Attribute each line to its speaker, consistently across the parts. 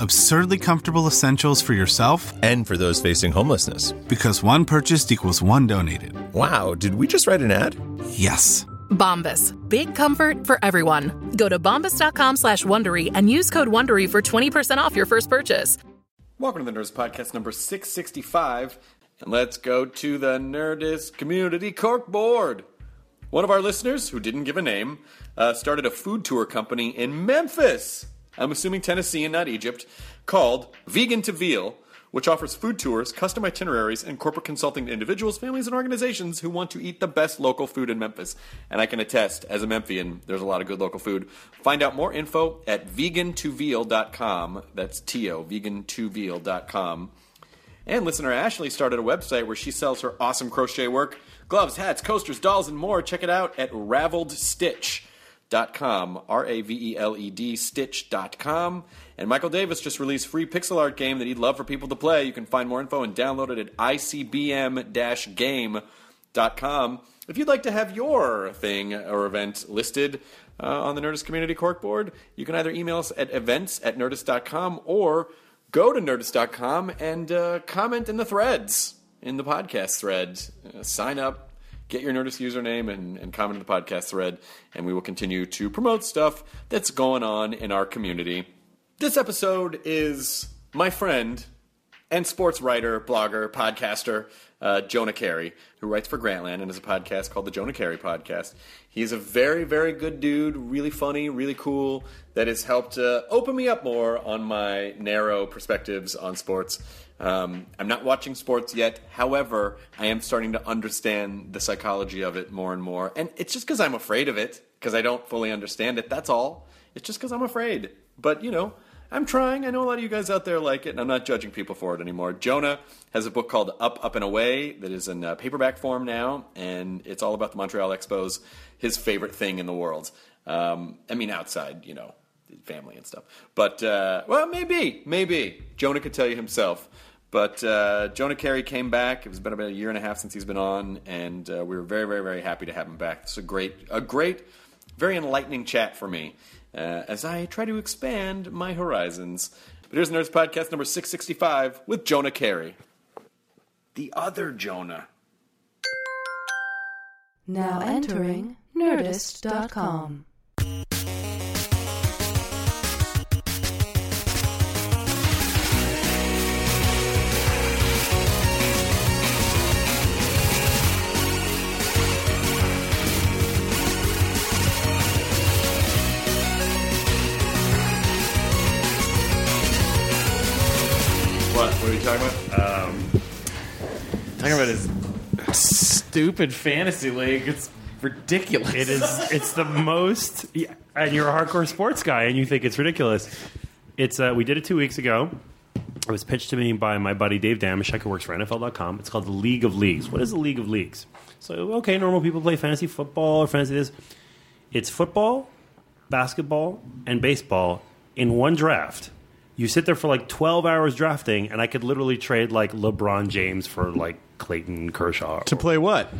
Speaker 1: Absurdly comfortable essentials for yourself
Speaker 2: and for those facing homelessness.
Speaker 1: Because one purchased equals one donated.
Speaker 2: Wow, did we just write an ad?
Speaker 1: Yes.
Speaker 3: Bombas. Big comfort for everyone. Go to bombas.com slash Wondery and use code Wondery for 20% off your first purchase.
Speaker 4: Welcome to the Nerds Podcast number 665. And let's go to the Nerdist Community Corkboard. One of our listeners, who didn't give a name, uh, started a food tour company in Memphis. I'm assuming Tennessee and not Egypt, called Vegan to Veal, which offers food tours, custom itineraries, and corporate consulting to individuals, families, and organizations who want to eat the best local food in Memphis. And I can attest, as a Memphian, there's a lot of good local food. Find out more info at vegan2veal.com. That's T-O, vegan2veal.com. And listener Ashley started a website where she sells her awesome crochet work, gloves, hats, coasters, dolls, and more. Check it out at Raveled Stitch raveled.com, R A V E L E D stitch.com. And Michael Davis just released free pixel art game that he'd love for people to play. You can find more info and download it at icbm game.com. If you'd like to have your thing or event listed uh, on the Nerdist Community Corkboard, you can either email us at events at nerdist.com or go to nerdist.com and uh, comment in the threads, in the podcast thread. Uh, sign up, get your Nerdist username and, and comment in the podcast thread, and we will continue to promote stuff that's going on in our community. This episode is my friend and sports writer, blogger, podcaster, uh, Jonah Carey, who writes for Grantland and has a podcast called the Jonah Carey Podcast. He's a very, very good dude, really funny, really cool, that has helped uh, open me up more on my narrow perspectives on sports. Um, I'm not watching sports yet. However, I am starting to understand the psychology of it more and more. And it's just because I'm afraid of it, because I don't fully understand it. That's all. It's just because I'm afraid. But, you know, I'm trying. I know a lot of you guys out there like it, and I'm not judging people for it anymore. Jonah has a book called Up, Up, and Away that is in uh, paperback form now, and it's all about the Montreal Expos, his favorite thing in the world. Um, I mean, outside, you know, family and stuff. But, uh, well, maybe, maybe. Jonah could tell you himself. But uh, Jonah Carey came back. It's been about a year and a half since he's been on, and uh, we were very, very, very happy to have him back. It's a great, a great, very enlightening chat for me uh, as I try to expand my horizons. But here's Nerds Podcast number 665 with Jonah Carey. The other Jonah.
Speaker 5: Now entering Nerdist.com.
Speaker 4: What? What are we talking about?
Speaker 6: Um, Talking about his stupid fantasy league. It's ridiculous.
Speaker 7: It is. It's the most. yeah, And you're a hardcore sports guy, and you think it's ridiculous. It's. Uh, we did it two weeks ago. It was pitched to me by my buddy Dave Damashek, who works for NFL.com. It's called the League of Leagues. What is the League of Leagues? So, okay, normal people play fantasy football or fantasy this. It's football, basketball, and baseball in one draft. You sit there for like 12 hours drafting, and I could literally trade like LeBron James for like Clayton Kershaw.
Speaker 6: to play what?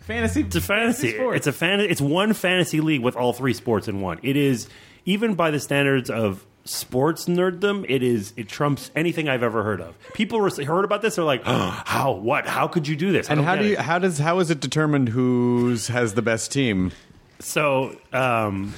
Speaker 6: Fantasy.
Speaker 7: It's a fantasy.
Speaker 6: sports.
Speaker 7: It's a fan. It's one fantasy league with all three sports in one. It is even by the standards of sports nerddom, it is it trumps anything I've ever heard of. People were, heard about this. They're like, oh, how? What? How could you do this? I
Speaker 6: And
Speaker 7: don't
Speaker 6: how
Speaker 7: get
Speaker 6: do you?
Speaker 7: it."
Speaker 6: How does? How is it determined who's has the best team?
Speaker 7: So um,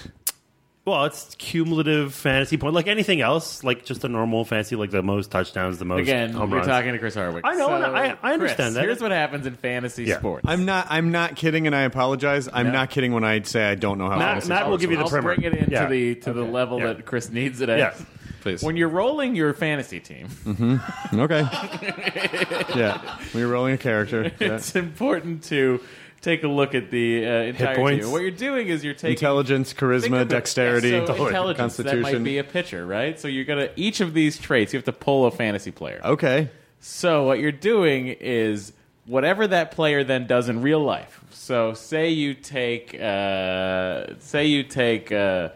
Speaker 7: Well, it's cumulative fantasy point, like anything else, like just a normal fantasy, like the most touchdowns, the most
Speaker 8: Again,
Speaker 7: home
Speaker 8: we're
Speaker 7: runs.
Speaker 8: talking to Chris Hardwick.
Speaker 7: I know, and I- I understand
Speaker 8: Chris,
Speaker 7: that.
Speaker 8: Here's what happens in fantasy
Speaker 7: Yeah.
Speaker 8: sports.
Speaker 4: I'm not. I'm not kidding, and I apologize. I'm not kidding when I say I don't know how.
Speaker 7: Matt,
Speaker 4: fantasy
Speaker 7: Matt will
Speaker 4: sports
Speaker 7: give you the
Speaker 4: work.
Speaker 8: I'll
Speaker 7: primer.
Speaker 8: bring it into
Speaker 7: Yeah.
Speaker 8: the to the level
Speaker 7: Yeah.
Speaker 8: that Chris needs it at.
Speaker 7: Yeah.
Speaker 9: Please.
Speaker 8: When you're rolling your fantasy team,
Speaker 4: Mm-hmm. Okay. yeah, we're rolling a character. Yeah.
Speaker 8: it's important to take a look at the uh, entire
Speaker 7: points.
Speaker 8: team. What you're doing is you're taking
Speaker 4: Intelligence,
Speaker 8: Think of
Speaker 4: charisma,
Speaker 8: it.
Speaker 4: dexterity,
Speaker 8: Yeah, so intelligence.
Speaker 4: constitution.
Speaker 8: That might be a pitcher, right? So you got to each of these traits. You have to pull a fantasy player.
Speaker 4: okay.
Speaker 8: So what you're doing is whatever that player then does in real life. So say you take, uh, say you take uh,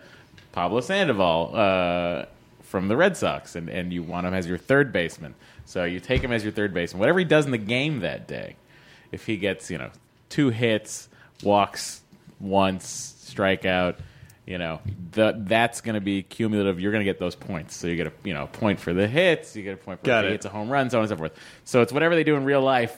Speaker 8: Pablo Sandoval uh, from the Red Sox, and, and you want him as your third baseman. So you take him as your third baseman. Whatever he does in the game that day, if he gets you know two hits, walks once, strikeout. You know, the, that's going to be cumulative. You're going to get those points. So you get a you know a point for the hits, you get a point for
Speaker 4: Got
Speaker 8: the
Speaker 4: it.
Speaker 8: hits, a home run, so on and so forth. So it's whatever they do in real life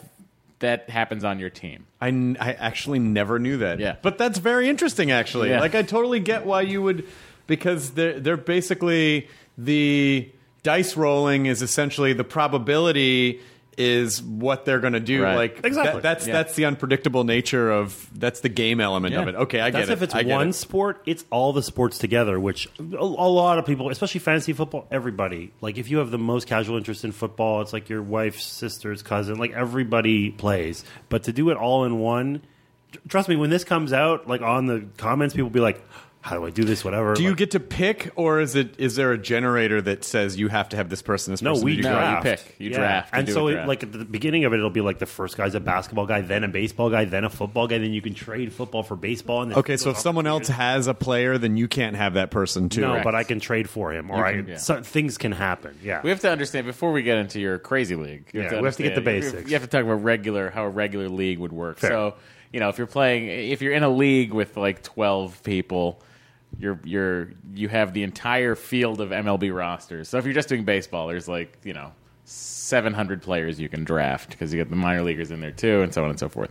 Speaker 8: that happens on your team.
Speaker 4: I, n- I actually never knew that.
Speaker 8: Yeah.
Speaker 4: But that's very interesting, actually.
Speaker 8: Yeah.
Speaker 4: Like, I totally get why you would, because they're, they're basically the dice rolling is essentially the probability is what they're going to do.
Speaker 8: Right.
Speaker 4: Like,
Speaker 7: Exactly.
Speaker 4: that- that's,
Speaker 8: Yeah.
Speaker 4: that's the unpredictable nature of, that's the game element of
Speaker 8: Yeah.
Speaker 4: it. Okay, I
Speaker 7: That's
Speaker 4: get it.
Speaker 7: if it's
Speaker 4: I get
Speaker 7: one
Speaker 4: it.
Speaker 7: sport, it's all the sports together, which a, a lot of people, especially fantasy football, everybody. Like if you have the most casual interest in football, it's like your wife's sister's cousin, like everybody plays. But to do it all in one, tr- trust me, when this comes out, like on the comments, people will be like, how do I do this? Whatever.
Speaker 4: Do you
Speaker 7: Like,
Speaker 4: get to pick, or is it is there a generator that says you have to have this person? This
Speaker 7: no,
Speaker 4: person,
Speaker 7: we
Speaker 4: this
Speaker 8: No, you
Speaker 4: person?
Speaker 7: draft.
Speaker 8: pick. You draft. You
Speaker 7: and
Speaker 8: do
Speaker 7: so,
Speaker 8: a
Speaker 7: it-
Speaker 8: draft.
Speaker 7: like at the beginning of it, it'll be like the first guy's a basketball guy, then a baseball guy, then a football guy, then you can trade football for baseball. And then
Speaker 4: Okay, so if someone else has a player, then you can't have that person too.
Speaker 7: no,
Speaker 8: Correct.
Speaker 7: but I can trade for him, or I
Speaker 8: yeah.
Speaker 7: so, things can happen. Yeah,
Speaker 8: We have to understand before we get into your crazy league. You
Speaker 7: Yeah, we have to get the
Speaker 8: understand-
Speaker 7: basics.
Speaker 8: You have to talk about regular how a regular league would work.
Speaker 7: Fair.
Speaker 8: So you know if you're playing, if you're in a league with like twelve people, you're you're you have the entire field of MLB rosters. So if you're just doing baseball, there's like you know seven hundred players you can draft because you got the minor leaguers in there too, and so on and so forth.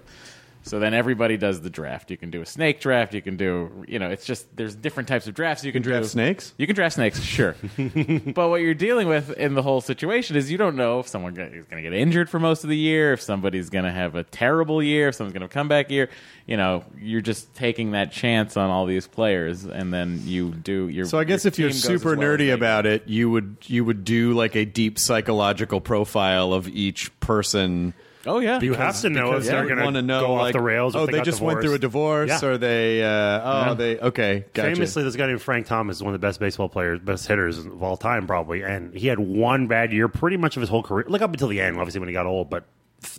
Speaker 8: So then everybody does the draft. You can do a snake draft. You can do, you know, it's just there's different types of drafts you can,
Speaker 4: draft
Speaker 8: do.
Speaker 4: snakes?
Speaker 8: You can draft snakes, sure. but what you're dealing with in the whole situation is you don't know if someone is going to get injured for most of the year, if somebody's going to have a terrible year, if someone's going to come back year. You know, you're just taking that chance on all these players, and then you do your.
Speaker 4: So I guess
Speaker 8: your
Speaker 4: if you're
Speaker 8: team goes as
Speaker 4: super
Speaker 8: well
Speaker 4: nerdy
Speaker 8: as they-
Speaker 4: about it, you would you would do like a deep psychological profile of each person.
Speaker 8: oh yeah,
Speaker 7: You have to know if
Speaker 4: Because
Speaker 7: they're
Speaker 4: you would
Speaker 7: going
Speaker 4: wanna
Speaker 7: to
Speaker 4: know,
Speaker 7: go off
Speaker 4: like,
Speaker 7: the rails. if
Speaker 4: Oh,
Speaker 7: got
Speaker 4: just went
Speaker 7: divorced.
Speaker 4: through a divorce,
Speaker 7: Yeah.
Speaker 4: or they. Uh, oh, they okay. Gotcha.
Speaker 7: Famously, this guy named Frank Thomas is one of the best baseball players, best hitters of all time, probably. And he had one bad year pretty much of his whole career. Like up until the end, obviously, when he got old. But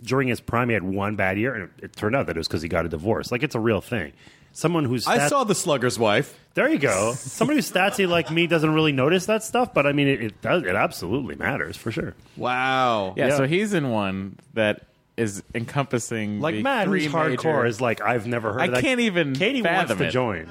Speaker 7: during his prime, he had one bad year. And it turned out that it was because he got a divorce. Like, it's a real thing. Someone who's.
Speaker 4: I saw the slugger's wife.
Speaker 7: There you go. Somebody who's statsy like me doesn't really notice that stuff, but I mean, it, it does. It absolutely matters for sure.
Speaker 4: Wow.
Speaker 8: yeah,
Speaker 7: yeah.
Speaker 8: So he's in one that is encompassing
Speaker 7: Like
Speaker 8: the
Speaker 7: Matt,
Speaker 8: three
Speaker 7: who's hardcore,
Speaker 8: major-
Speaker 7: is like I've never heard.
Speaker 8: I
Speaker 7: of that.
Speaker 8: can't even
Speaker 7: Katie wants
Speaker 8: fathom
Speaker 7: to
Speaker 8: it.
Speaker 7: join.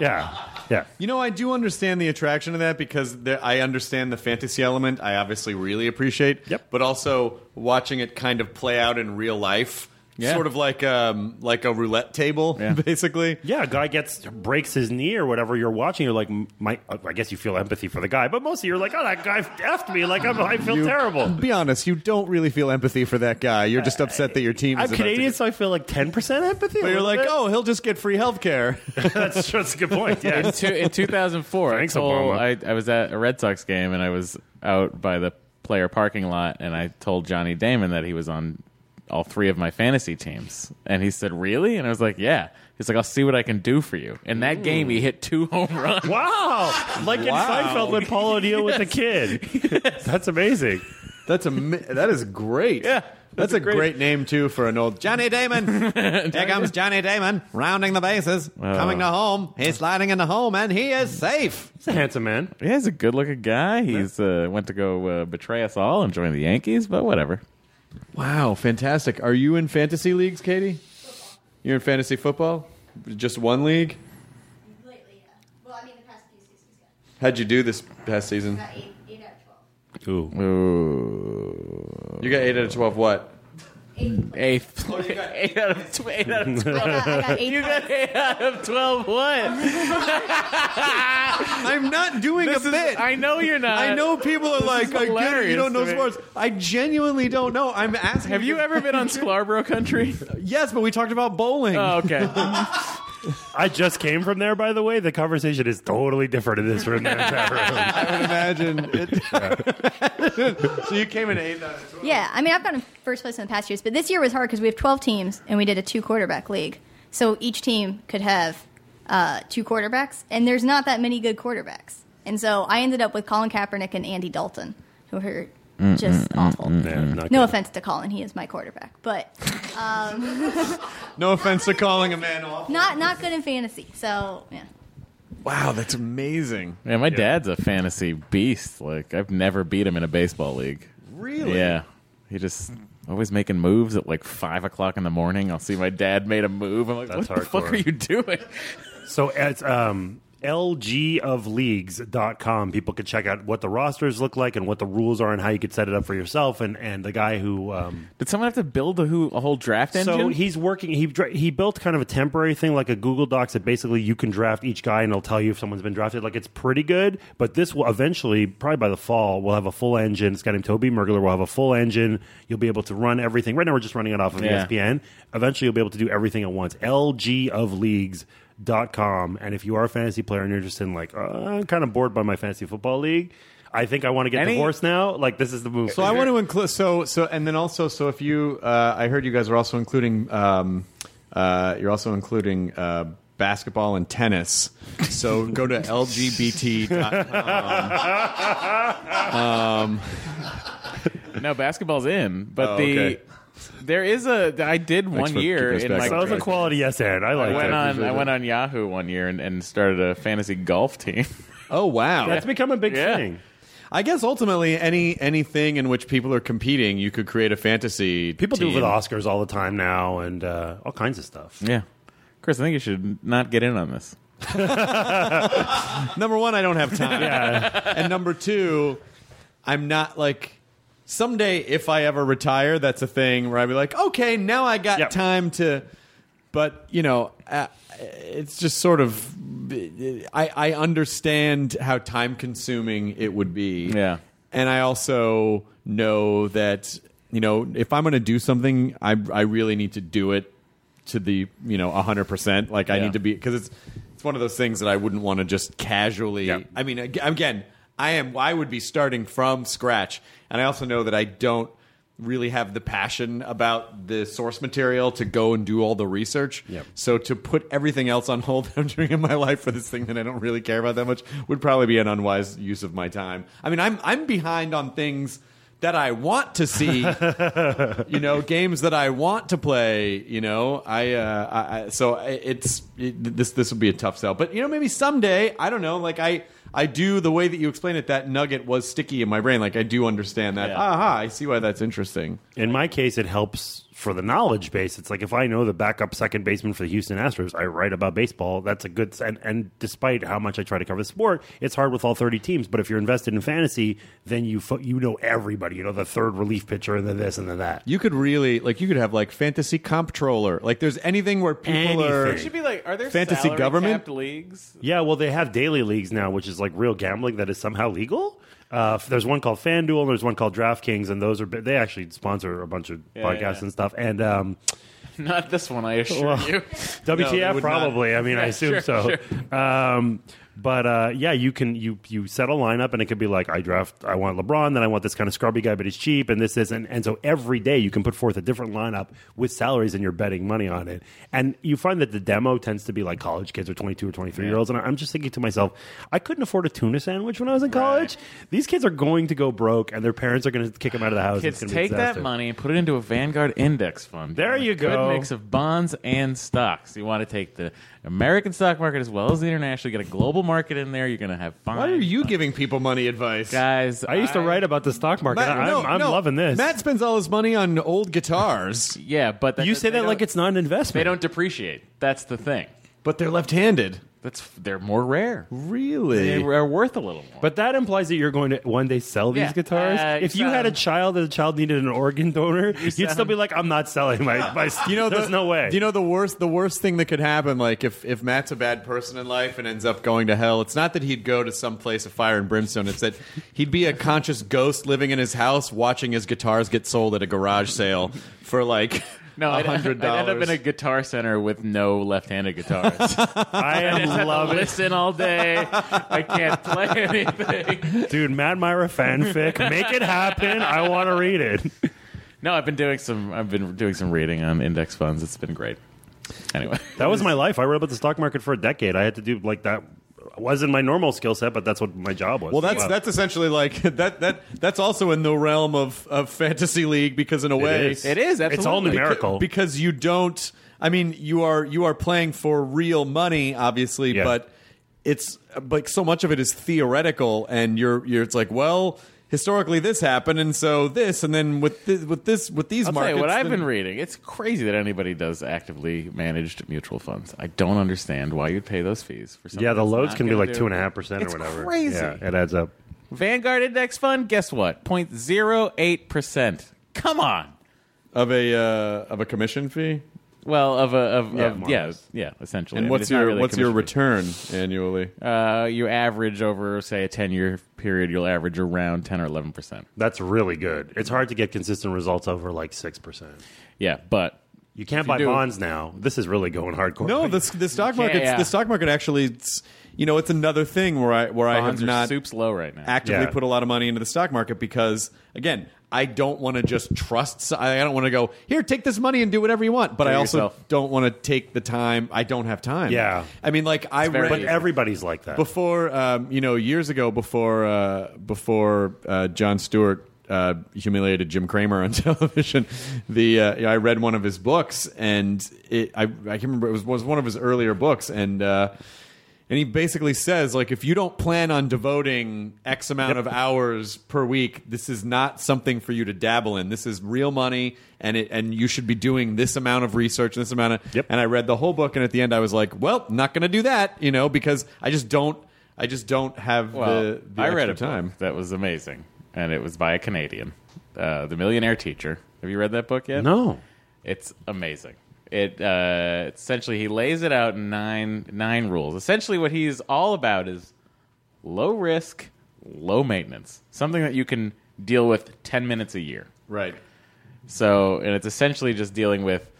Speaker 7: Yeah, yeah.
Speaker 4: You know, I do understand the attraction of that because there, I understand the fantasy element. I obviously really appreciate.
Speaker 7: Yep.
Speaker 4: But also watching it kind of play out in real life,
Speaker 8: Yeah.
Speaker 4: sort of like um like a roulette table,
Speaker 8: Yeah.
Speaker 4: basically.
Speaker 7: Yeah, a guy gets breaks his knee or whatever. You're watching. You're like, my. I guess you feel empathy for the guy, but mostly you're like, oh, that guy effed me. Like I'm, I feel
Speaker 4: You-
Speaker 7: terrible. Uh,
Speaker 4: Be honest, you don't really feel empathy for that guy. You're just upset that your team.
Speaker 7: I'm
Speaker 4: is about to
Speaker 7: Canadian,
Speaker 4: get-
Speaker 7: so I feel like ten percent empathy.
Speaker 4: but you're like, oh, he'll just get free health care.
Speaker 7: that's that's a good point. Yeah,
Speaker 8: in, two, in 2004,
Speaker 7: Thanks,
Speaker 8: I, told, I,
Speaker 7: Obama.
Speaker 8: I was at a Red Sox game and I was out by the player parking lot, and I told Johnny Damon that he was on all three of my fantasy teams, and he said, "Really?" And I was like, "Yeah." He's like, "I'll see what I can do for you." In that game, he hit two home runs.
Speaker 7: wow. Oh, Like
Speaker 4: Wow.
Speaker 7: in Seinfeld when Paul O'Neill with the kid. That's amazing.
Speaker 4: That's a that is great.
Speaker 8: Yeah,
Speaker 4: That's, a great. name too for an old Johnny Damon. Here comes Johnny Oh. Damon, rounding the bases, coming to home. He's sliding into home, and he is safe.
Speaker 7: He's a handsome man.
Speaker 8: Yeah, he's a good-looking guy. He's uh, went to go uh, betray us all and join the Yankees, but whatever.
Speaker 4: Wow, fantastic! Are you in fantasy leagues, Katie? You're in fantasy football, just one league.
Speaker 5: Lately, yeah. Well, I mean, the past few seasons, yeah.
Speaker 4: How'd you do this past season?
Speaker 5: About eight, eight out of twelve.
Speaker 7: Ooh.
Speaker 8: Ooh.
Speaker 4: You got eight out of twelve. What?
Speaker 8: Eighth. place. eight out of tw- eight out of twelve.
Speaker 5: I got eight
Speaker 8: you got eight out of twelve. What?
Speaker 4: I'm not doing
Speaker 8: This
Speaker 4: a
Speaker 8: is-
Speaker 4: bit.
Speaker 8: I know you're not.
Speaker 4: I know people are
Speaker 8: This
Speaker 4: like,
Speaker 8: is
Speaker 4: I get it, you
Speaker 8: hilarious
Speaker 4: don't know
Speaker 8: to me.
Speaker 4: sports. I genuinely don't know. I'm asking.
Speaker 8: Have you ever been on Scarborough Country?
Speaker 4: Yes, but we talked about bowling.
Speaker 8: Oh, okay.
Speaker 7: I just came from there, by the way. The conversation is totally different in this room than in that room.
Speaker 4: I would imagine. It. so you came in eighth.
Speaker 5: Yeah, I mean, I've gotten first place in the past years, but this year was hard because we have 12 teams and we did a two quarterback league. So each team could have uh, two quarterbacks, and there's not that many good quarterbacks. And so I ended up with Colin Kaepernick and Andy Dalton, who are just awful.
Speaker 7: Yeah, not
Speaker 5: No
Speaker 7: good.
Speaker 5: offense to Colin, he is my quarterback, but
Speaker 4: No offense to calling a man off.
Speaker 5: not not good in fantasy. So yeah,
Speaker 4: Wow, that's amazing.
Speaker 8: Yeah, my dad's a fantasy beast. Like I've never beat him in a baseball league.
Speaker 4: Really?
Speaker 8: Yeah. He just always making moves at like five o'clock in the morning. I'll see my dad made a move. I'm like,
Speaker 7: That's
Speaker 8: what the fuck
Speaker 7: hardcore.
Speaker 8: are you doing?
Speaker 7: So it's um, lgofleagues.com. People can check out what the rosters look like and what the rules are and how you could set it up for yourself. And, and the guy who. Um,
Speaker 8: Did someone have to build a, who, a whole draft engine?
Speaker 7: so he's working. He dra- he built kind of a temporary thing, like a Google Docs that basically you can draft each guy and it'll tell you if someone's been drafted. Like it's pretty good, but this will eventually, probably by the fall, we'll have a full engine. It's a guy named Toby Mergler. We'll have a full engine. You'll be able to run everything. Right now, we're just running it off of E
Speaker 8: Yeah.
Speaker 7: ESPN. Eventually, you'll be able to do everything at once. LGofleagues.com. And if you are a fantasy player and you're just in like, uh, I'm kind of bored by my fantasy football league. I think I want to get
Speaker 8: Any-
Speaker 7: divorced now. Like this is the move.
Speaker 4: So I want to include so so and then also so if you uh, I heard you guys are also including um, uh, you're also including uh, basketball and tennis. So go to lgbt.
Speaker 8: no, basketball's in, but
Speaker 4: Oh,
Speaker 8: the
Speaker 4: okay.
Speaker 8: there is a. I did one
Speaker 4: for
Speaker 8: year
Speaker 4: keeping us back
Speaker 8: in my.
Speaker 4: on
Speaker 7: That was a
Speaker 4: track.
Speaker 7: quality yes and I like
Speaker 8: I went
Speaker 7: that.
Speaker 8: on. I went on Yahoo one year and, and started a fantasy golf team.
Speaker 4: oh wow,
Speaker 7: That's become a big
Speaker 8: Yeah.
Speaker 7: thing.
Speaker 4: I guess ultimately any anything in which people are competing, you could create a fantasy.
Speaker 7: People do it
Speaker 4: team.
Speaker 7: with Oscars all the time now and uh, all kinds of stuff.
Speaker 8: yeah, Chris, I think you should not get in on this.
Speaker 4: Number one, I don't have time. And number two, I'm not like someday if I ever retire, that's a thing where I'd be like, okay, now I got
Speaker 7: Yep.
Speaker 4: time to. But you know, uh, it's just sort of. I, I understand how time consuming it would be.
Speaker 8: Yeah.
Speaker 4: And I also know that you know if I'm going to do something, I I really need to do it to the you know 100. percent Like I
Speaker 8: Yeah.
Speaker 4: need to be because it's it's one of those things that I wouldn't want to just casually.
Speaker 7: Yeah.
Speaker 4: I mean, ag- again, I am I would be starting from scratch, and I also know that I don't really have the passion about the source material to go and do all the research.
Speaker 7: Yep.
Speaker 4: So to put everything else on hold that I'm doing in my life for this thing that I don't really care about that much would probably be an unwise use of my time. I mean, I'm I'm behind on things that I want to see, you know, games that I want to play, you know, I, uh, I, I so I- it's it, this this would be a tough sell, but you know, maybe someday I don't know, like I I do the way that you explain it, that nugget was sticky in my brain, like I do understand that.
Speaker 8: Yeah.
Speaker 4: Aha, I see why that's interesting.
Speaker 7: In my case, it helps for the knowledge base. It's like if I know the backup second baseman for the Houston Astros, I write about baseball. That's a good. And, and despite how much I try to cover the sport, it's hard with all thirty teams. But if you're invested in fantasy, then you fo- you know everybody. You know the third relief pitcher, and the this and the that.
Speaker 4: You could really like you could have like fantasy comptroller, like there's anything where people
Speaker 7: Anything.
Speaker 4: are
Speaker 7: Should
Speaker 8: be like, are there
Speaker 4: Fantasy salary government? capped
Speaker 8: leagues?
Speaker 7: Yeah, well, they have daily leagues now, which is like real gambling that is somehow legal. Uh, there's one called FanDuel, there's one called DraftKings, and those are bi- they actually sponsor a bunch of podcasts
Speaker 8: yeah.
Speaker 7: and stuff. And um,
Speaker 8: Not this one, I assure
Speaker 7: Well-
Speaker 8: you.
Speaker 7: WTF
Speaker 4: would
Speaker 7: probably? I mean, I
Speaker 8: Yeah,
Speaker 7: assume
Speaker 8: sure,
Speaker 7: so. Um, but uh, yeah, you can you you set a lineup, and it could be like I draft, I want LeBron, then I want this kind of scrubby guy, but he's cheap, and this this, and, and so every day you can put forth a different lineup with salaries, and you're betting money on it. And you find that the demo tends to be like college kids or 22 or 23 year olds, and I- I'm just thinking to myself, I couldn't afford a tuna sandwich when I was in college. These kids are going to go broke, and their parents are going to kick them out of the house.
Speaker 8: Kids
Speaker 7: It's gonna be a
Speaker 8: take that
Speaker 7: disaster.
Speaker 8: money and put it into a Vanguard index fund.
Speaker 7: There
Speaker 8: A
Speaker 7: you go.
Speaker 8: Good mix of bonds and stocks. You want to take the American stock market as well as the international. You get a global market in there. You're going to have fun.
Speaker 4: why are you giving people money advice?
Speaker 8: guys?
Speaker 7: I used to write about the stock market.
Speaker 4: Matt,
Speaker 7: I'm,
Speaker 4: no,
Speaker 7: I'm
Speaker 4: no.
Speaker 7: loving this.
Speaker 4: Matt spends all his money on old guitars,
Speaker 8: Yeah, but
Speaker 7: you say
Speaker 8: they
Speaker 7: that like
Speaker 8: don't-
Speaker 7: it's not an investment.
Speaker 8: they don't depreciate. That's the thing.
Speaker 4: but they're left-handed.
Speaker 8: That's they're more rare.
Speaker 4: Really?
Speaker 8: They are worth a little more.
Speaker 7: But that implies that you're going to one day sell these
Speaker 8: Yeah.
Speaker 7: guitars.
Speaker 8: Uh,
Speaker 7: if you had a
Speaker 8: sound-
Speaker 7: child and the child needed an organ donor, you'd still
Speaker 8: sound-
Speaker 7: be like, "I'm not selling my." my
Speaker 4: You know,
Speaker 7: there's
Speaker 4: the,
Speaker 7: no way.
Speaker 4: Do you know the worst? The worst thing that could happen, like if if Matt's a bad person in life and ends up going to hell, it's not that he'd go to some place of fire and brimstone. It's that he'd be a conscious ghost living in his house, watching his guitars get sold at a garage sale for like
Speaker 8: no, I'd, I'd
Speaker 4: hundred
Speaker 8: end
Speaker 4: dollars.
Speaker 8: up in a guitar center with no left-handed guitars.
Speaker 7: I am
Speaker 8: Love
Speaker 7: loving,
Speaker 8: listen all day. I can't play anything.
Speaker 7: dude. Mad Myra fanfic, make it happen. I want to read it.
Speaker 8: No, I've been doing some. I've been doing some reading on index funds. It's been great. Anyway,
Speaker 7: That was my life. I read about the stock market for a decade. I had to do like that. Wasn't my normal skill set, but that's what my job was.
Speaker 4: Well, that's
Speaker 7: Wow.
Speaker 4: that's essentially like that that that's also in the realm of of fantasy league because in a way
Speaker 7: is.
Speaker 8: it is. Absolutely.
Speaker 7: It's all
Speaker 4: Beca-
Speaker 7: numerical.
Speaker 4: because you don't. I mean, you are you are playing for real money, obviously,
Speaker 7: Yeah.
Speaker 4: but it's like so much of it is theoretical, and you're you're it's like well. Historically, this happened, and so this, and then with this, with this, with these
Speaker 8: I'll tell
Speaker 4: markets.
Speaker 8: you what I've
Speaker 4: then-
Speaker 8: been reading. It's crazy that anybody does actively managed mutual funds. I don't understand why you'd pay those fees for something.
Speaker 7: yeah, the
Speaker 8: that's
Speaker 7: loads
Speaker 8: not
Speaker 7: can be
Speaker 8: gonna
Speaker 7: like
Speaker 8: do-
Speaker 7: two and a half percent or
Speaker 8: It's
Speaker 7: whatever.
Speaker 8: Crazy.
Speaker 7: Yeah, it adds up.
Speaker 8: Vanguard index fund. Guess what? 0.08 percent. Come on.
Speaker 4: of a uh, of a commission fee.
Speaker 8: Well, of a of
Speaker 7: Yeah,
Speaker 8: yeah,
Speaker 7: more
Speaker 8: of,
Speaker 7: or
Speaker 8: yeah,
Speaker 7: less.
Speaker 8: yeah, essentially. I
Speaker 4: And
Speaker 8: mean,
Speaker 4: what's
Speaker 8: it's not
Speaker 4: your
Speaker 8: really a
Speaker 4: what's your
Speaker 8: commission fee.
Speaker 4: return annually?
Speaker 8: Uh, you average over, say, a 10 year period, you'll average around 10 or 11%.
Speaker 7: That's really good. It's hard to get consistent results over like six percent.
Speaker 8: Yeah, but
Speaker 7: You can't
Speaker 8: you
Speaker 7: buy
Speaker 8: do-
Speaker 7: bonds now. This is really going hardcore.
Speaker 4: No, the the stock
Speaker 8: You can't-
Speaker 4: market
Speaker 8: yeah.
Speaker 4: the stock market actually, it's, you know, it's another thing where I where
Speaker 8: bonds
Speaker 4: I have
Speaker 8: are
Speaker 4: not
Speaker 8: soups low right now.
Speaker 4: actively
Speaker 7: Yeah.
Speaker 4: put a lot of money into the stock market because again i don't want to just trust so- i don't want to go here take this money and do whatever you want but
Speaker 8: Do it
Speaker 4: i also
Speaker 8: yourself.
Speaker 4: don't want to take the time i don't have time
Speaker 7: Yeah.
Speaker 4: i mean like i
Speaker 8: very
Speaker 4: read
Speaker 8: easy.
Speaker 7: Everybody's like that.
Speaker 4: before um, you know years ago before uh, before uh, John Stewart uh, humiliated Jim Cramer on television. The uh, I read one of his books and it, I I can't remember it was was one of his earlier books and. Uh, and he basically says, like, if you don't plan on devoting X amount of hours per week, this is not something for you to dabble in. This is real money, and it, and you should be doing this amount of research, and this amount of.
Speaker 7: Yep.
Speaker 4: And I read the whole book, and at the end, I was like, well, not going to do that, you know, because I just don't, I just don't have
Speaker 8: Well,
Speaker 4: the, the
Speaker 8: I read
Speaker 4: extra
Speaker 8: a
Speaker 4: time.
Speaker 8: book that was amazing, and it was by a Canadian, uh, The Millionaire Teacher. Have you read that book yet?
Speaker 7: no,
Speaker 8: It's amazing. It uh, essentially he lays it out in nine nine rules. Essentially, what he's all about is low risk, low maintenance, something that you can deal with ten minutes a year.
Speaker 4: Right.
Speaker 8: So, and it's essentially just dealing with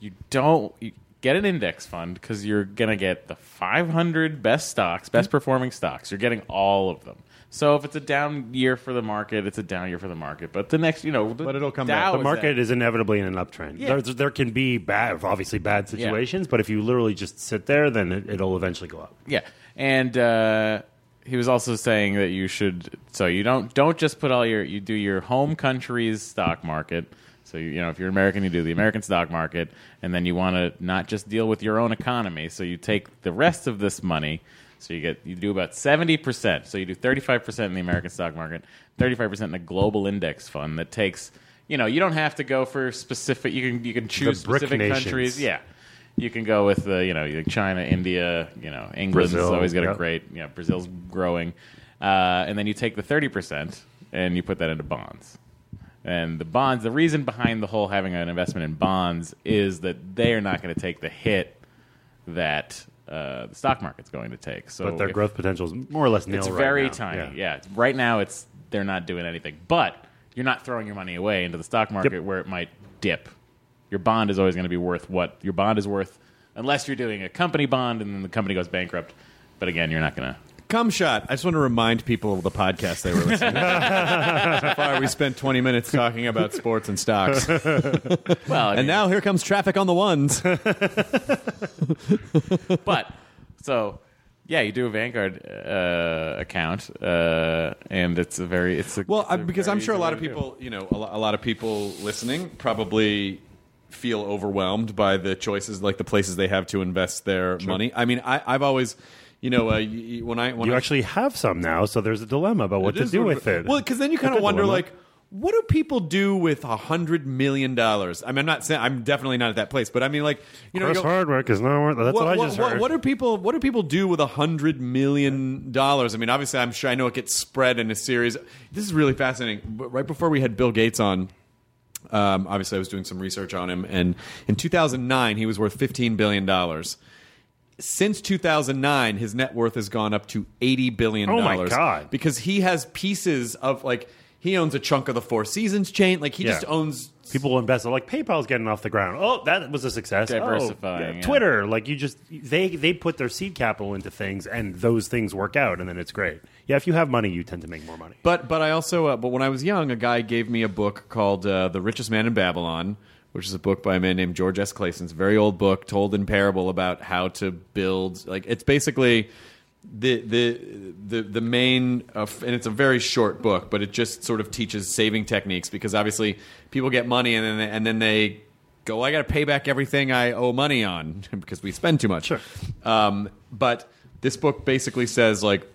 Speaker 8: you don't you get an index fund because you're going to get the 500 best stocks, best
Speaker 4: Mm-hmm.
Speaker 8: performing stocks. You're getting all of them. So, if it's a down year for the market, it's a down year for the market. But the next, you know,
Speaker 4: But it'll come back.
Speaker 7: the market is inevitably in an uptrend.
Speaker 8: Yeah.
Speaker 7: There, there can be bad, obviously bad situations, but if you literally just sit there, then it, it'll eventually go up.
Speaker 8: Yeah, and uh, he was also saying that you should. So you don't don't just put all your you do your home country's stock market. So you, you know if you're American, you do the American stock market, and then you want to not just deal with your own economy. So you take the rest of this money. So you get you do about seventy percent. So you do thirty five percent in the American stock market, thirty five percent in a global index fund that takes. You know, you don't have to go for specific. You can you can choose
Speaker 7: BRIC
Speaker 8: specific
Speaker 7: nations.
Speaker 8: countries. Yeah, you can go with the you know you- China, India, you know England's
Speaker 7: Brazil,
Speaker 8: always got
Speaker 7: yeah.
Speaker 8: a great you know Brazil's growing, uh, and then you take the thirty percent and you put that into bonds. And the bonds, the reason behind the whole having an investment in bonds is that they are not going to take the hit that uh, the stock market's going to take. So
Speaker 4: Oh,
Speaker 7: But their
Speaker 8: if-
Speaker 7: growth potential is more or less nil.
Speaker 8: it's
Speaker 7: right
Speaker 8: very
Speaker 7: now.
Speaker 8: tiny. Yeah. it's- right now it's they're not doing anything. But you're not throwing your money away into the stock market where it might dip. Your bond is always going to be worth what your bond is worth, unless you're doing a company bond and then the company goes bankrupt. But again, you're not going to.
Speaker 4: Cum shot. I just want to remind people of the podcast they were listening to. so far, we spent 20 minutes talking about sports and stocks.
Speaker 8: Well, I
Speaker 4: And
Speaker 8: mean,
Speaker 4: now here comes traffic on the ones.
Speaker 8: but so yeah, you do a Vanguard uh, account, uh, and it's a very it's a
Speaker 4: Well,
Speaker 8: it's
Speaker 4: I,
Speaker 8: a
Speaker 4: because
Speaker 8: very
Speaker 4: I'm sure a
Speaker 8: easy
Speaker 4: lot
Speaker 8: way
Speaker 4: of
Speaker 8: to do it.
Speaker 4: people, you know, a, lo- a lot of people listening probably feel overwhelmed by the choices, like the places they have to invest their money. I mean, I, I've always, you know, uh, y- y- when I when
Speaker 7: You
Speaker 4: I,
Speaker 7: actually have some now, so there's a dilemma about what
Speaker 4: It
Speaker 7: to
Speaker 4: is
Speaker 7: do
Speaker 4: sort of-
Speaker 7: with it.
Speaker 4: Well, because then you
Speaker 7: It's
Speaker 4: kind of
Speaker 7: a
Speaker 4: wonder,
Speaker 7: dilemma.
Speaker 4: like, what do people do with a hundred million dollars? I mean, I'm not saying I'm definitely not at that place, but I mean, like you know,
Speaker 7: Chris
Speaker 4: you go-
Speaker 7: Hardwick is not worth. That's what, I just heard.
Speaker 4: What do people? What do people do with a hundred million dollars? I mean, obviously, I'm sure I know it gets spread in a series. This is really fascinating. But right before we had Bill Gates on, um, obviously, I was doing some research on him, and in 2009, he was worth 15 billion dollars. Since 2009, his net worth has gone up to 80 billion
Speaker 7: Oh
Speaker 4: dollars.
Speaker 7: my God.
Speaker 4: Because he has pieces of like he owns a chunk of the Four Seasons chain. Like he
Speaker 7: Yeah.
Speaker 4: just owns.
Speaker 7: people invest. Like PayPal's getting off the ground. Oh, that was a success. Oh,
Speaker 8: Diversifying, yeah.
Speaker 7: Twitter, like you just they they put their seed capital into things, and those things work out, and then it's great. Yeah, if you have money, you tend to make more money.
Speaker 4: But but I also uh, but when I was young, a guy gave me a book called uh, The Richest Man in Babylon, which is a book by a man named George S. Clayson. It's a very old book, told in parable about how to build. Like it's basically the the the the main, uh, f- and it's a very short book, but it just sort of teaches saving techniques because obviously people get money and then they, and then they go, I got to pay back everything I owe money on because we spend too much. Sure. Um, but this book basically says like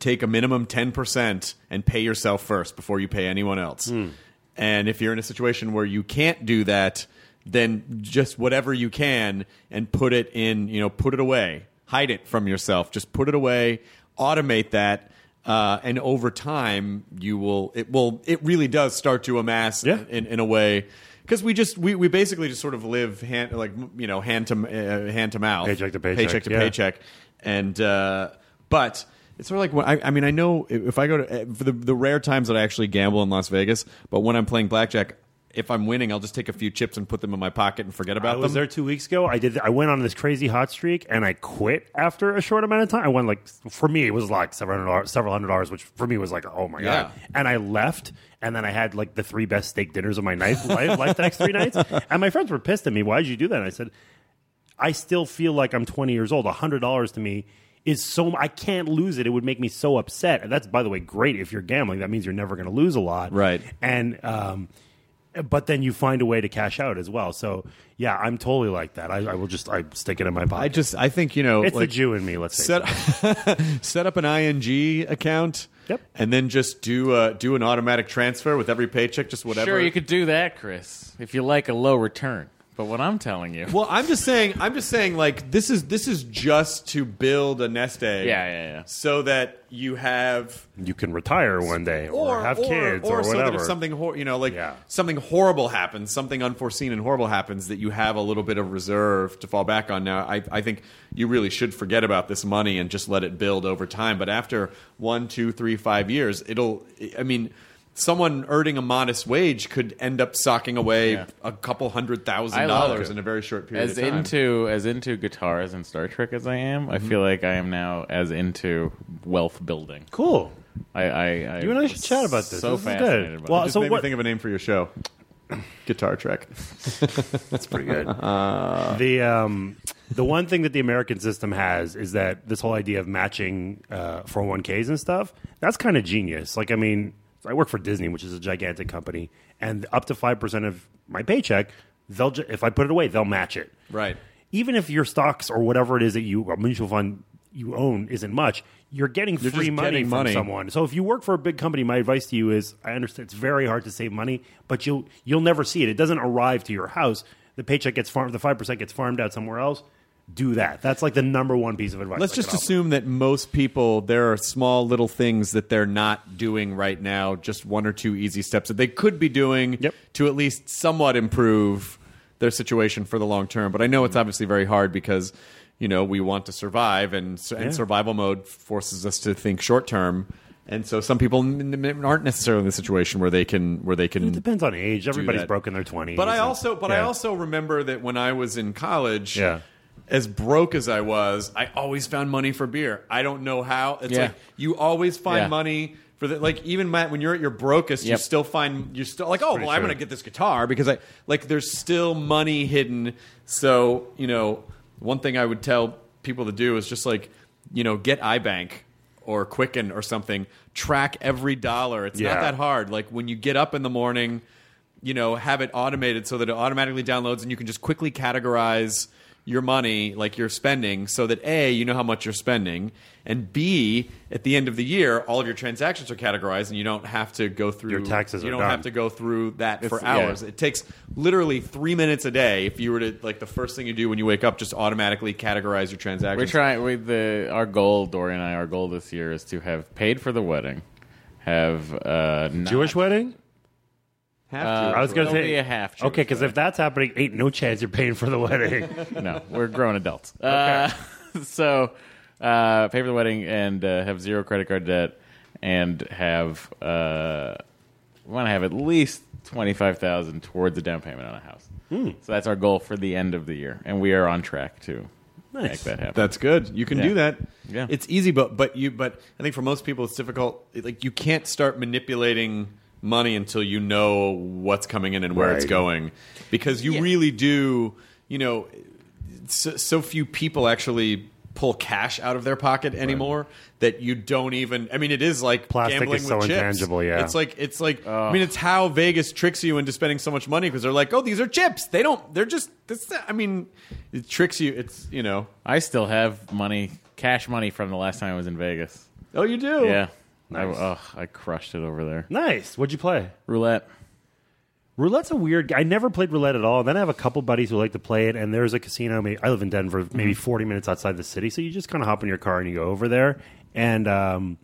Speaker 4: take a minimum 10% and pay yourself first before you pay anyone else.
Speaker 7: Hmm.
Speaker 4: And if you're in a situation where you can't do that, then just whatever you can and put it in, you know, put it away, hide it from yourself, just put it away, automate that. Uh, and over time, you will, it will, it really does start to amass
Speaker 7: Yeah.
Speaker 4: in, in a way. Because we just we, we basically just sort of live hand like you know hand to uh, hand to mouth
Speaker 7: Paycheck to paycheck,
Speaker 4: paycheck to
Speaker 7: yeah.
Speaker 4: paycheck paycheck. And uh, but it's sort of like when I, I mean I know if I go to eh, for the, the rare times that I actually gamble in Las Vegas, but when I'm playing blackjack, if I'm winning, I'll just take a few chips and put them in my pocket and forget
Speaker 7: I
Speaker 4: about
Speaker 7: was
Speaker 4: them.
Speaker 7: there two weeks ago. I did. I went on this crazy hot streak, and I quit after a short amount of time. I won like for me, it was like several hundred dollars, several hundred dollars, which for me was like, oh my god.
Speaker 4: Yeah.
Speaker 7: And I left, and then I had like the three best steak dinners of my night, life, life the next three nights. And my friends were pissed at me. Why did you do that? And I said, I still feel like I'm 20 years old. $100 to me is so I can't lose it. It would make me so upset. And that's by the way great if you're gambling. That means you're never going to lose a lot.
Speaker 4: Right.
Speaker 7: And um but then you find a way to cash out as well. So yeah, I'm totally like that. I, I will just I stick it in my pocket.
Speaker 4: I just I think you know
Speaker 7: it's
Speaker 4: like,
Speaker 7: the Jew in me. Let's say
Speaker 4: set set up an ing account.
Speaker 7: Yep.
Speaker 4: And then just do uh, do an automatic transfer with every paycheck, just whatever.
Speaker 8: Sure, you could do that, Chris, if you like a low return. But what I'm telling you,
Speaker 4: Well, I'm just saying. I'm just saying. Like this is this is just to build a nest egg.
Speaker 8: Yeah, yeah, yeah.
Speaker 4: So that you have
Speaker 7: you can retire one day or, have kids or,
Speaker 4: so
Speaker 7: whatever.
Speaker 4: that if something hor- you know like
Speaker 7: Yeah.
Speaker 4: something horrible happens something unforeseen and horrible happens that you have a little bit of reserve to fall back on now I, I think you really should forget about this money and just let it build over time but after one two three five years it'll i mean someone earning a modest wage could end up socking away
Speaker 8: Yeah.
Speaker 4: a couple hundred
Speaker 8: I
Speaker 4: thousand
Speaker 8: love
Speaker 4: dollars
Speaker 8: it.
Speaker 4: in a very short period
Speaker 8: as
Speaker 4: of time
Speaker 8: into as into guitars and Star Trek as I am,
Speaker 7: Mm-hmm.
Speaker 8: I feel like I am now as into wealth building.
Speaker 7: cool.
Speaker 8: I, I, I
Speaker 7: You and I should chat about this.
Speaker 8: So
Speaker 7: This is good.
Speaker 8: fascinated by
Speaker 7: Well,
Speaker 8: it.
Speaker 4: just
Speaker 7: so
Speaker 4: made
Speaker 7: what-
Speaker 4: me think of a name for your show guitar trek
Speaker 7: That's pretty good. the um, the one thing that the American system has is that this whole idea of matching uh, 401ks and stuff. That's kind of genius. Like, I mean, I work for Disney, which is a gigantic company, and up to five percent of my paycheck, they'll ju- if I put it away, they'll match it.
Speaker 4: Right.
Speaker 7: Even if your stocks or whatever it is that you a mutual fund you own isn't much, you're getting
Speaker 4: You're
Speaker 7: free
Speaker 4: just
Speaker 7: money
Speaker 4: getting
Speaker 7: from
Speaker 4: money.
Speaker 7: someone someone. So if you work for a big company, my advice to you is: I understand it's very hard to save money, but you'll you'll never see it. It doesn't arrive to your house. The paycheck gets farmed. The five percent gets farmed out somewhere else. Do that. That's like the number one piece of advice.
Speaker 4: Let's
Speaker 7: I
Speaker 4: just
Speaker 7: could offer.
Speaker 4: assume that most people there are small little things that they're not doing right now, just one or two easy steps that they could be doing
Speaker 7: Yep.
Speaker 4: to at least somewhat improve their situation for the long term. But I know it's obviously very hard because you know we want to survive, and, s- and survival mode forces us to think short term. And so some people n- n- aren't necessarily in the situation where they can where they
Speaker 7: It
Speaker 4: can
Speaker 7: depends on age. Everybody's
Speaker 4: that.
Speaker 7: broken their twenties.
Speaker 4: But I also, but I also remember that when I was in college,
Speaker 7: Yeah.
Speaker 4: as broke as I was, I always found money for beer. I don't know how. It's
Speaker 8: Yeah.
Speaker 4: like you always find
Speaker 8: Yeah.
Speaker 4: money for the like even Matt, when you're at your brokest, you
Speaker 8: Yep.
Speaker 4: still find you're still like, oh well, I'm
Speaker 7: true.
Speaker 4: gonna get this guitar because I like there's still money hidden. So you know, one thing I would tell people to do is just like you know get iBank. Or Quicken or something, track every dollar. It's
Speaker 7: Yeah.
Speaker 4: not that hard. Like when you get up in the morning, you know, have it automated so that it automatically downloads and you can just quickly categorize your money, like you're spending, so that A, you know how much you're spending, and B, at the end of the year, all of your transactions are categorized and you don't have to go through
Speaker 7: Your taxes
Speaker 4: You
Speaker 7: are
Speaker 4: don't
Speaker 7: done.
Speaker 4: have to go through that for
Speaker 8: yeah.
Speaker 4: hours. It takes literally three minutes a day if you were to like the first thing you do when you wake up, just automatically categorize your transactions.
Speaker 8: We're trying. We, the our goal, Dory and I, our goal this year is to have paid for the wedding, have uh, not-
Speaker 7: Jewish wedding?
Speaker 4: Have to.
Speaker 7: I was going to
Speaker 8: It'll
Speaker 7: say
Speaker 8: be a half Jewish
Speaker 7: Okay, because if that's happening, ain't no chance you're paying for the wedding.
Speaker 8: no, we're grown adults. Uh, so uh, pay for the wedding and uh, have zero credit card debt and have uh, we want to have at least twenty five thousand towards a down payment on a house.
Speaker 7: Hmm.
Speaker 8: So that's our goal for the end of the year, and we are on track to make
Speaker 7: Nice.
Speaker 8: that happen.
Speaker 4: That's good. You can
Speaker 8: Yeah.
Speaker 4: do that.
Speaker 8: Yeah.
Speaker 4: It's easy, but but you but I think for most people it's difficult. Like you can't start manipulating money until you know what's coming in and where it's
Speaker 10: Right.
Speaker 4: going, because you really do. You know, so, so few people actually pull cash out of their pocket anymore that you don't even. I mean, it is like
Speaker 7: Plastic
Speaker 4: gambling
Speaker 7: is
Speaker 4: with
Speaker 7: so
Speaker 4: chips.
Speaker 7: intangible, yeah.
Speaker 4: it's like it's like. I mean, it's how Vegas tricks you into spending so much money because they're like, oh, these are chips. They don't. They're just. This. I mean, it tricks you. It's you know.
Speaker 8: I still have money, cash money from the last time I was in Vegas.
Speaker 4: Oh, you do?
Speaker 8: Yeah. I, ugh, I crushed it over there.
Speaker 7: nice. What'd you play?
Speaker 8: Roulette.
Speaker 7: Roulette's a weird. I never played roulette at all. Then I have a couple buddies who like to play it, and there's a casino. Maybe, I live in Denver, maybe 40 minutes outside the city. So you just kind of hop in your car and you go over there, and um,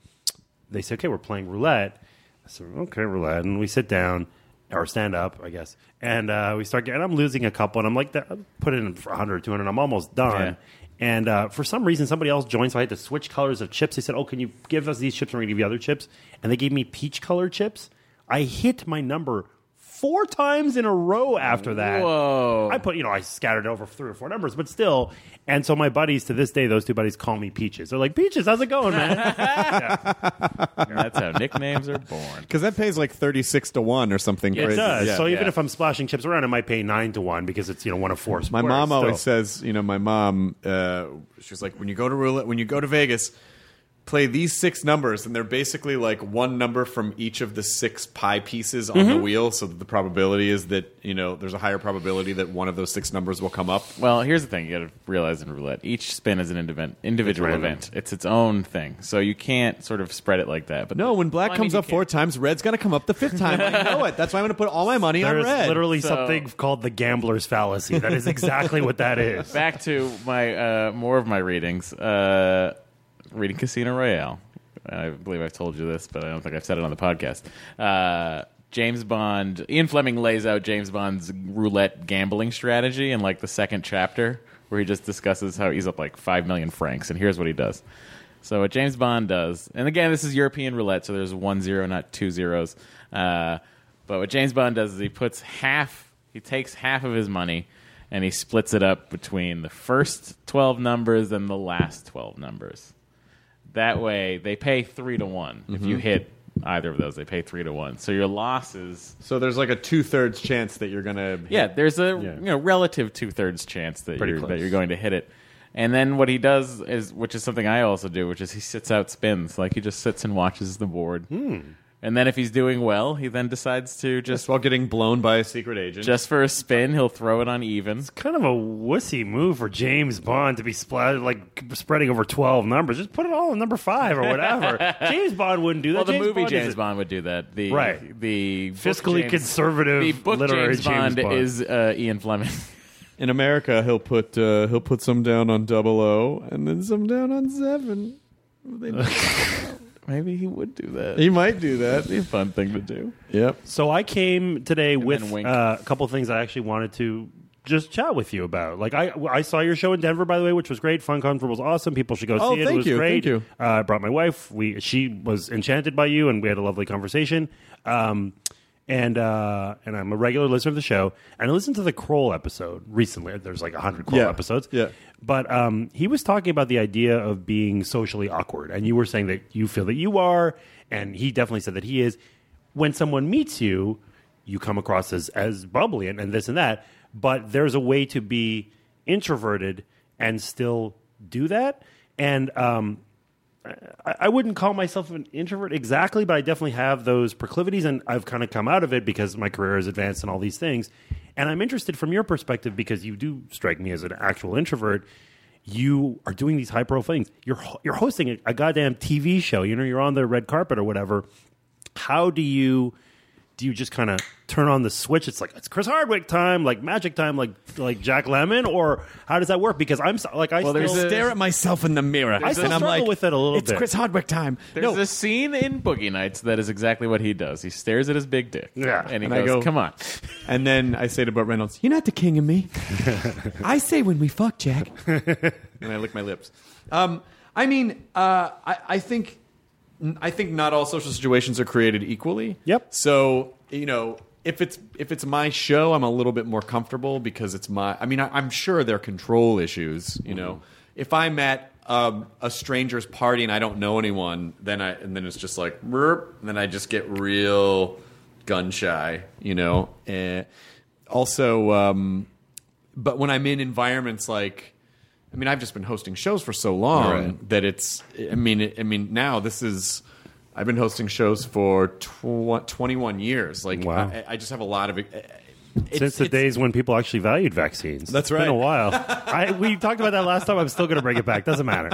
Speaker 7: they say, "Okay, we're playing roulette." I said, "Okay, roulette," and we sit down or stand up, I guess, and uh, we start getting. I'm losing a couple, and I'm like, "That- "Put in for 100, 200. I'm almost done." And uh, for some reason, somebody else joined, so I had to switch colors of chips. They said, "Oh, can you give us these chips? and We're gonna give you other chips." And they gave me peach colored chips. I hit my number four times in a row after that. Whoa! I put, you know, I scattered over three or four numbers, but still. And so my buddies to this day, those two buddies call me Peaches. They're like, "Peaches, how's it going, man?"
Speaker 8: That's how nicknames are born.
Speaker 4: Because that pays like 36 to 1 or something
Speaker 8: Yeah, it
Speaker 4: crazy.
Speaker 7: It does.
Speaker 4: Yeah.
Speaker 7: so even
Speaker 8: yeah.
Speaker 7: if I'm splashing chips around, I might pay nine to one because it's you know one of four.
Speaker 4: my
Speaker 7: squares
Speaker 4: mom always
Speaker 7: still.
Speaker 4: says, you know, my mom, uh, she's like, when you go to roulette, when you go to Vegas, play these six numbers, and they're basically like one number from each of the six pie pieces on
Speaker 8: Mm-hmm.
Speaker 4: the wheel, so that the probability is that, you know, there's a higher probability that one of those six numbers will come up.
Speaker 8: Well, here's the thing you got to realize in roulette each spin is an indiv- individual
Speaker 7: random.
Speaker 8: event, it's its own thing. So you can't sort of spread it like that. But
Speaker 4: No, when black
Speaker 8: Well, I
Speaker 4: comes
Speaker 8: mean, you
Speaker 4: up four
Speaker 8: can't.
Speaker 4: times, red's going to come up the fifth time. I know it. That's why I'm going to put all my money
Speaker 7: There
Speaker 4: on
Speaker 7: is
Speaker 4: red.
Speaker 7: literally
Speaker 8: So-
Speaker 7: something called the gambler's fallacy. That is exactly what that is.
Speaker 8: back to my uh, more of my readings. Uh, reading Casino Royale. I believe I've told you this, but I don't think I've said it on the podcast. Uh, James Bond. Ian Fleming lays out James Bond's roulette gambling strategy in like the second chapter, where he just discusses how he's up like five million francs, and here's what he does. So what James Bond does, and again, this is European roulette, so there's one zero, not two zeros. Uh, but what James Bond does is he puts half, he takes half of his money, and he splits it up between the first twelve numbers and the last twelve numbers. That way, they pay three to one if
Speaker 7: Mm-hmm.
Speaker 8: you hit either of those. They pay three to one, so your losses.
Speaker 4: so there's like a two thirds chance that you're going to.
Speaker 8: Yeah, there's a you know relative two thirds chance that
Speaker 4: Pretty
Speaker 8: you're, that
Speaker 4: close.
Speaker 8: you're going to hit it. And then what he does is, which is something I also do, which is he sits out spins, like he just sits and watches the board.
Speaker 7: Hmm.
Speaker 8: And then if he's doing well, he then decides to just
Speaker 4: While getting blown by a secret agent.
Speaker 8: just for a spin, he'll throw it on even.
Speaker 7: Kind of a wussy move for James Bond to be splat, like spreading over twelve numbers. Just put it all in number five or whatever. James Bond wouldn't do that.
Speaker 8: Well, the movie
Speaker 7: Bond
Speaker 8: James
Speaker 7: is-
Speaker 8: Bond would do that. The
Speaker 7: Right.
Speaker 8: the book
Speaker 7: Fiscally
Speaker 8: James-
Speaker 7: conservative
Speaker 8: The book
Speaker 7: literary
Speaker 8: James Bond,
Speaker 7: James Bond.
Speaker 8: is uh, Ian Fleming.
Speaker 4: In America, he'll put uh, he'll put some down on Double O and then some down on Seven.
Speaker 8: Maybe he would do that.
Speaker 4: He might do
Speaker 8: That'd be
Speaker 4: that.
Speaker 8: a fun thing to do.
Speaker 4: Yep.
Speaker 7: So I came today with
Speaker 8: then wink.
Speaker 7: uh, a couple of things I actually wanted to just chat with you about. Like I, I saw your show in Denver, by the way, which was great. Fun Comfort was awesome. People should go
Speaker 4: Oh,
Speaker 7: see it.
Speaker 4: thank
Speaker 7: it was
Speaker 4: you, thank
Speaker 7: great.
Speaker 4: you.
Speaker 7: Uh, I brought my wife. We she was enchanted by you, and we had a lovely conversation. Um, and uh, and I'm a regular listener of the show, and I listened to the Kroll episode recently. There's like hundred Kroll
Speaker 4: Yeah,
Speaker 7: episodes.
Speaker 4: yeah.
Speaker 7: But um, he was talking about the idea of being socially awkward, and you were saying that you feel that you are, and he definitely said that he is. When someone meets you, you come across as as bubbly and, and this and that. But there's a way to be introverted and still do that. And um, I, I wouldn't call myself an introvert exactly, but I definitely have those proclivities, and I've kind of come out of it because my career has advanced and all these things. And I'm interested from your perspective because you do strike me as an actual introvert. You are doing these high profile things. You're ho- you're hosting a, a goddamn TV show. You know, you're on the red carpet or whatever. How do you do you just kind of turn on the switch? It's like it's Chris Hardwick time, like magic time, like like Jack Lemon, or how does that work? Because I'm so- like I
Speaker 4: Well,
Speaker 7: still
Speaker 4: there's stare at myself in the mirror.
Speaker 7: I still
Speaker 4: and I'm
Speaker 7: struggle
Speaker 4: like,
Speaker 7: with it a little
Speaker 4: it's
Speaker 7: bit.
Speaker 4: Chris Hardwick time.
Speaker 8: There's
Speaker 4: no,
Speaker 8: a scene in Boogie Nights that is exactly what he does. He stares at his big dick.
Speaker 7: Yeah.
Speaker 8: And he
Speaker 4: And I
Speaker 8: goes,
Speaker 4: go-
Speaker 8: come on.
Speaker 4: and then I say to Burt Reynolds, "You're not the king of me." I say when we fuck, Jack. and I lick my lips. Um, I mean, uh, I, I think, I think not all social situations are created equally.
Speaker 7: Yep.
Speaker 4: So you know, if it's if it's my show, I'm a little bit more comfortable because it's my. I mean, I, I'm sure there are control issues. You know, if I'm at um, a stranger's party and I don't know anyone, then I and then it's just like, "Merp," and then I just get real gun shy. You know, Eh. also. Um, but when I'm in environments like, I mean, I've just been hosting shows for so long
Speaker 9: Right.
Speaker 4: that it's. I mean, I mean, now this is. I've been hosting shows for tw- 21 years. Like,
Speaker 7: Wow.
Speaker 4: I, I just have a lot of. It's,
Speaker 7: since the
Speaker 4: it's-
Speaker 7: days when people actually valued vaccines.
Speaker 4: That's
Speaker 7: It's been a
Speaker 4: right.
Speaker 7: while. I, we talked about that last time. I'm still going to bring it back. Doesn't matter.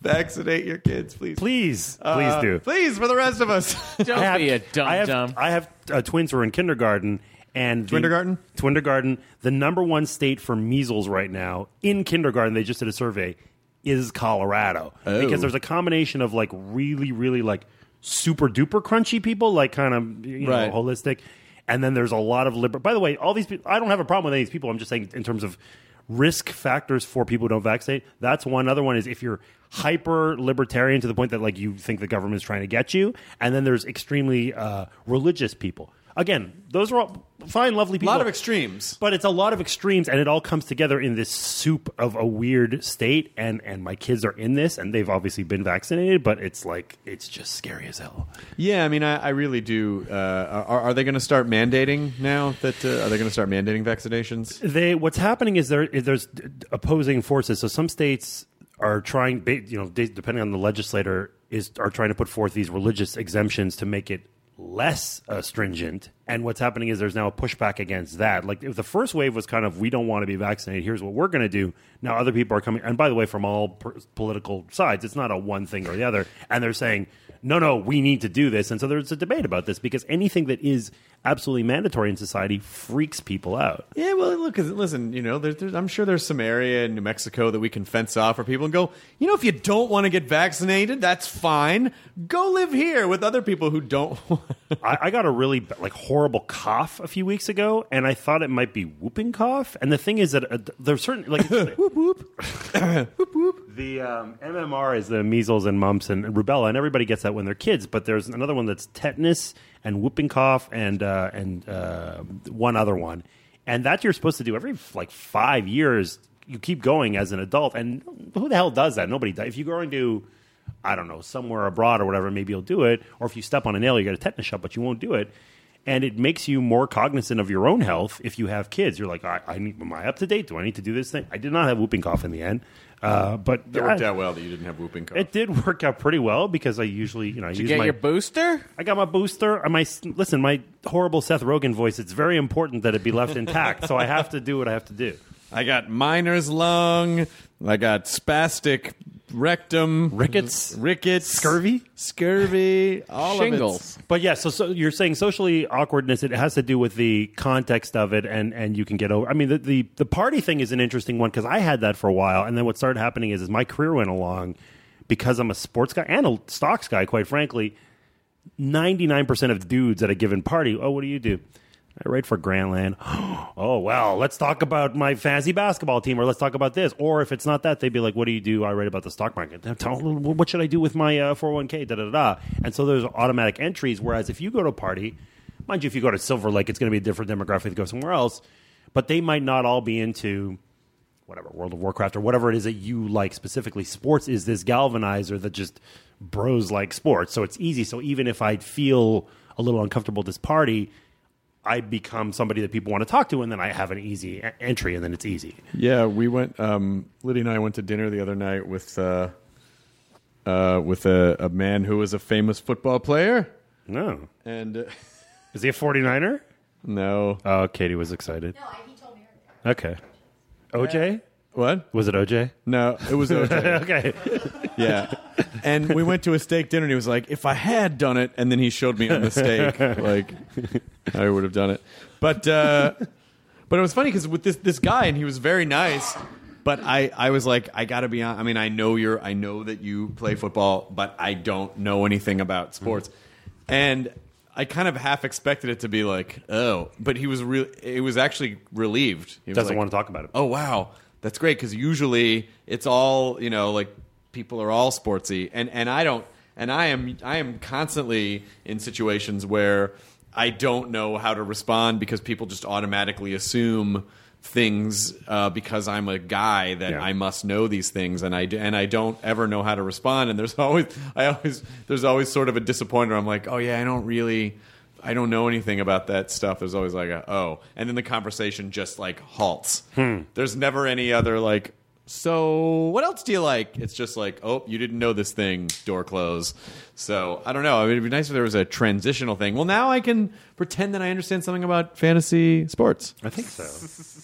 Speaker 4: vaccinate your kids, please.
Speaker 7: Please, please
Speaker 4: Uh,
Speaker 7: do.
Speaker 4: Please, for the rest of us.
Speaker 8: Don't be a dumb
Speaker 7: I have,
Speaker 8: dumb.
Speaker 7: I have uh, twins who are in kindergarten. And the-
Speaker 4: Twindergarten?
Speaker 7: Twindergarten, the number one state for measles right now in kindergarten, they just did a survey, is Colorado.
Speaker 4: Oh.
Speaker 7: Because there's a combination of like really, really like super duper crunchy people, like kind of you know,
Speaker 4: Right.
Speaker 7: holistic. And then there's a lot of liberal. By the way, all these people, I don't have a problem with any of these people. I'm just saying in terms of risk factors for people who don't vaccinate. That's one. Other one is if you're hyper libertarian to the point that like you think the government's trying to get you. And then there's extremely uh, religious people. Again, those are all fine, lovely
Speaker 4: a
Speaker 7: people.
Speaker 4: lot of extremes.
Speaker 7: But it's a lot of extremes, and it all comes together in this soup of a weird state. And and my kids are in this, and they've obviously been vaccinated, but it's like it's just scary as hell.
Speaker 4: Yeah, I mean, I, I really do. Uh, are, are they going to start mandating now? That uh, are they going to start mandating vaccinations?
Speaker 7: They what's happening is there is there's opposing forces. So some states are trying, ba- you know, de- depending on the legislator, is are trying to put forth these religious exemptions to make it less uh, stringent. And what's happening is there's now a pushback against that. Like if the first wave was kind of we don't want to be vaccinated. Here's what we're going to do. Now other people are coming, and by the way, from all per- political sides, it's not a one thing or the other. And they're saying. No, no, we need to do this. And so there's a debate about this because anything that is absolutely mandatory in society freaks people out.
Speaker 4: Yeah, well, look, 'cause listen, you know, there, there's, I'm sure there's some area in New Mexico that we can fence off for people and go, you know, if you don't want to get vaccinated, that's fine. Go live here with other people who don't.
Speaker 7: I, I got a really like horrible cough a few weeks ago, and I thought it might be whooping cough. And the thing is that uh, there's certain like whoop whoop whoop whoop. The um, MMR is the measles and mumps and rubella, and everybody gets that when they're kids. But there's another one that's tetanus and whooping cough and uh, and uh, one other one, and that you're supposed to do every like five years. You keep going as an adult, and who the hell does that? Nobody does. If you go into I don't know, somewhere abroad or whatever, maybe you'll do it. Or if you step on a nail, you get a tetanus shot, but you won't do it. And it makes you more cognizant of your own health if you have kids. You're like, I, I need, am I up to date? Do I need to do this thing? I did not have whooping cough in the end, uh, but
Speaker 4: It worked
Speaker 7: I-
Speaker 4: out well that you didn't have whooping cough.
Speaker 7: It did work out pretty well because I usually, you know, I
Speaker 8: you
Speaker 7: use
Speaker 8: get
Speaker 7: my,
Speaker 8: your booster?
Speaker 7: I got my booster. uh, My listen, my horrible Seth Rogen voice. It's very important that it be left intact, so I have to do what I have to do.
Speaker 4: I got miner's lung. I got spastic rectum.
Speaker 7: Rickets.
Speaker 4: Rickets.
Speaker 7: Scurvy?
Speaker 4: Scurvy. All
Speaker 8: Shingles.
Speaker 4: of
Speaker 7: But yeah, so, so you're saying socially awkwardness? It has to do with the context of it, and and you can get over. I mean, the the, the party thing is an interesting one because I had that for a while, and then what started happening is, is my career went along because I'm a sports guy and a stocks guy, quite frankly. 99% of dudes at a given party, oh, what do you do? I write for Grandland. oh, well, let's talk about my fantasy basketball team or let's talk about this. Or if it's not that, they'd be like, what do you do? I write about the stock market. Tell- What should I do with my uh, 401k? Da, da, da, da. And so there's automatic entries. Whereas if you go to a party, mind you, if you go to Silver Lake, it's going to be a different demographic to go somewhere else. But they might not all be into whatever World of Warcraft or whatever it is that you like specifically. Sports is this galvanizer that just bros like sports, so it's easy. So even if I feel a little uncomfortable at this party, I become somebody that people want to talk to, and then I have an easy e- entry, and then it's easy.
Speaker 4: it. Yeah, we went. Um, Liddy and I went to dinner the other night with. Uh, uh, with a, a man who was a famous football player.
Speaker 7: No.
Speaker 4: And uh,
Speaker 7: Is he a 49er?
Speaker 4: no, Uh,
Speaker 7: Oh, Katie was excited.
Speaker 5: No, he told me.
Speaker 7: Okay. OJ?
Speaker 4: what?
Speaker 7: Was it OJ?
Speaker 4: No, it was OJ.
Speaker 7: Okay.
Speaker 4: yeah. And we went to a steak dinner, and he was like, "If I had done it," and then he showed me on the steak, like I would have done it. But uh, but it was funny because with this this guy, and he was very nice. But I, I was like, I gotta be on. I mean, I know you're, I know that you play football, but I don't know anything about sports, and I kind of half expected it to be like, oh, but he was real. It was actually relieved. He was
Speaker 7: Doesn't
Speaker 4: like,
Speaker 7: want to talk about it.
Speaker 4: oh wow that's great because usually it's all you know like people are all sportsy and and i don't and i am i am constantly in situations where i don't know how to respond because people just automatically assume things uh, because i'm a guy that
Speaker 7: Yeah.
Speaker 4: i must know these things and i d- and i don't ever know how to respond and there's always i always there's always sort of a disappointer i'm like oh yeah i don't really I don't know anything about that stuff. There's always like a oh, and then the conversation just like halts.
Speaker 7: Hmm.
Speaker 4: There's never any other like. So what else do you like? It's just like oh, you didn't know this thing. Door close. So I don't know. I mean, it'd be nice if there was a transitional thing. Well, now I can pretend that I understand something about fantasy sports.
Speaker 7: I think so.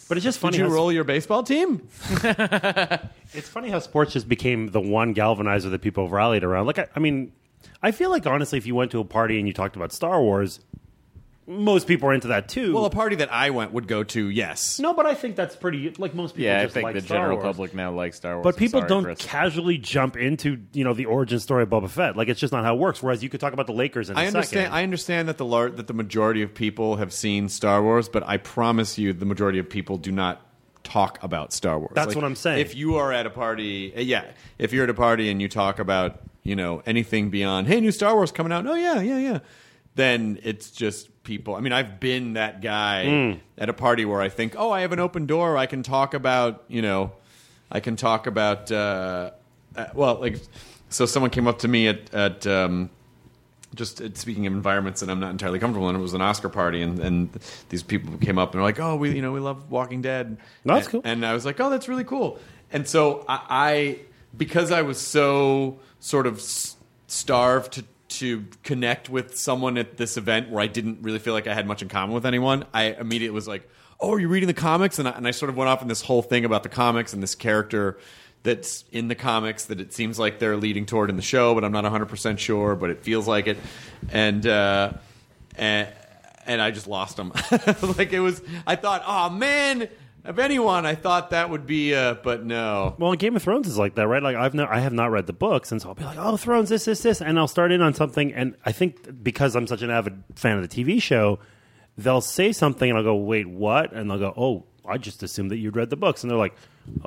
Speaker 7: But it's just
Speaker 4: Did
Speaker 7: funny.
Speaker 4: you
Speaker 7: how-
Speaker 4: roll your baseball team?
Speaker 7: It's funny how sports just became the one galvanizer that people rallied around. Like, I, I mean, I feel like honestly, if you went to a party and you talked about Star Wars, most people are into that too.
Speaker 4: Well, a party that I went would go to. Yes.
Speaker 7: no, but I think that's pretty. Like most people,
Speaker 8: Yeah, I
Speaker 7: just
Speaker 8: think
Speaker 7: like
Speaker 8: the
Speaker 7: Star
Speaker 8: general
Speaker 7: Wars.
Speaker 8: public now likes Star Wars.
Speaker 7: But
Speaker 8: I'm
Speaker 7: people
Speaker 8: sorry,
Speaker 7: don't
Speaker 8: Chris.
Speaker 7: casually jump into you know the origin story of Boba Fett. Like it's just not how it works. Whereas you could talk about the Lakers in a
Speaker 4: I understand.
Speaker 7: second.
Speaker 4: I understand that the lar- that the majority of people have seen Star Wars, but I promise you, the majority of people do not talk about Star Wars.
Speaker 7: That's what I'm saying.
Speaker 4: If you are at a party, uh, yeah, if you're at a party and you talk about you know anything beyond, hey, new Star Wars coming out. Oh yeah, yeah, yeah. Then it's just people. I mean, I've been that guy
Speaker 7: Hmm.
Speaker 4: at a party where I think, oh, I have an open door. I can talk about you know, I can talk about uh, uh, well, like. So someone came up to me at at um, just uh, speaking of environments that I'm not entirely comfortable in, it was an Oscar party, and, and these people came up and were like, "Oh, we you know we love Walking Dead."
Speaker 7: No, that's
Speaker 4: and,
Speaker 7: cool.
Speaker 4: And I was like, "Oh, that's really cool." And so I, I because I was so sort of s- starved to to connect with someone at this event where I didn't really feel like I had much in common with anyone, I immediately was like, "Oh, are you reading the comics?" And I, and I sort of went off in this whole thing about the comics and this character that's in the comics that it seems like they're leading toward in the show, but I'm not 100% sure, but it feels like it. And, uh, and, and I just lost them. like it was, I thought, oh man, of anyone, I thought that would be, uh, but no.
Speaker 7: Well, Game of Thrones is like that, right? Like I've no, I have not read the books, and so I'll be like, "Oh, Thrones, this, this, this," and I'll start in on something, and I think because I'm such an avid fan of the TV show, they'll say something, and I'll go, "Wait, what?" And they'll go, "Oh, I just assumed that you'd read the books," and they're like,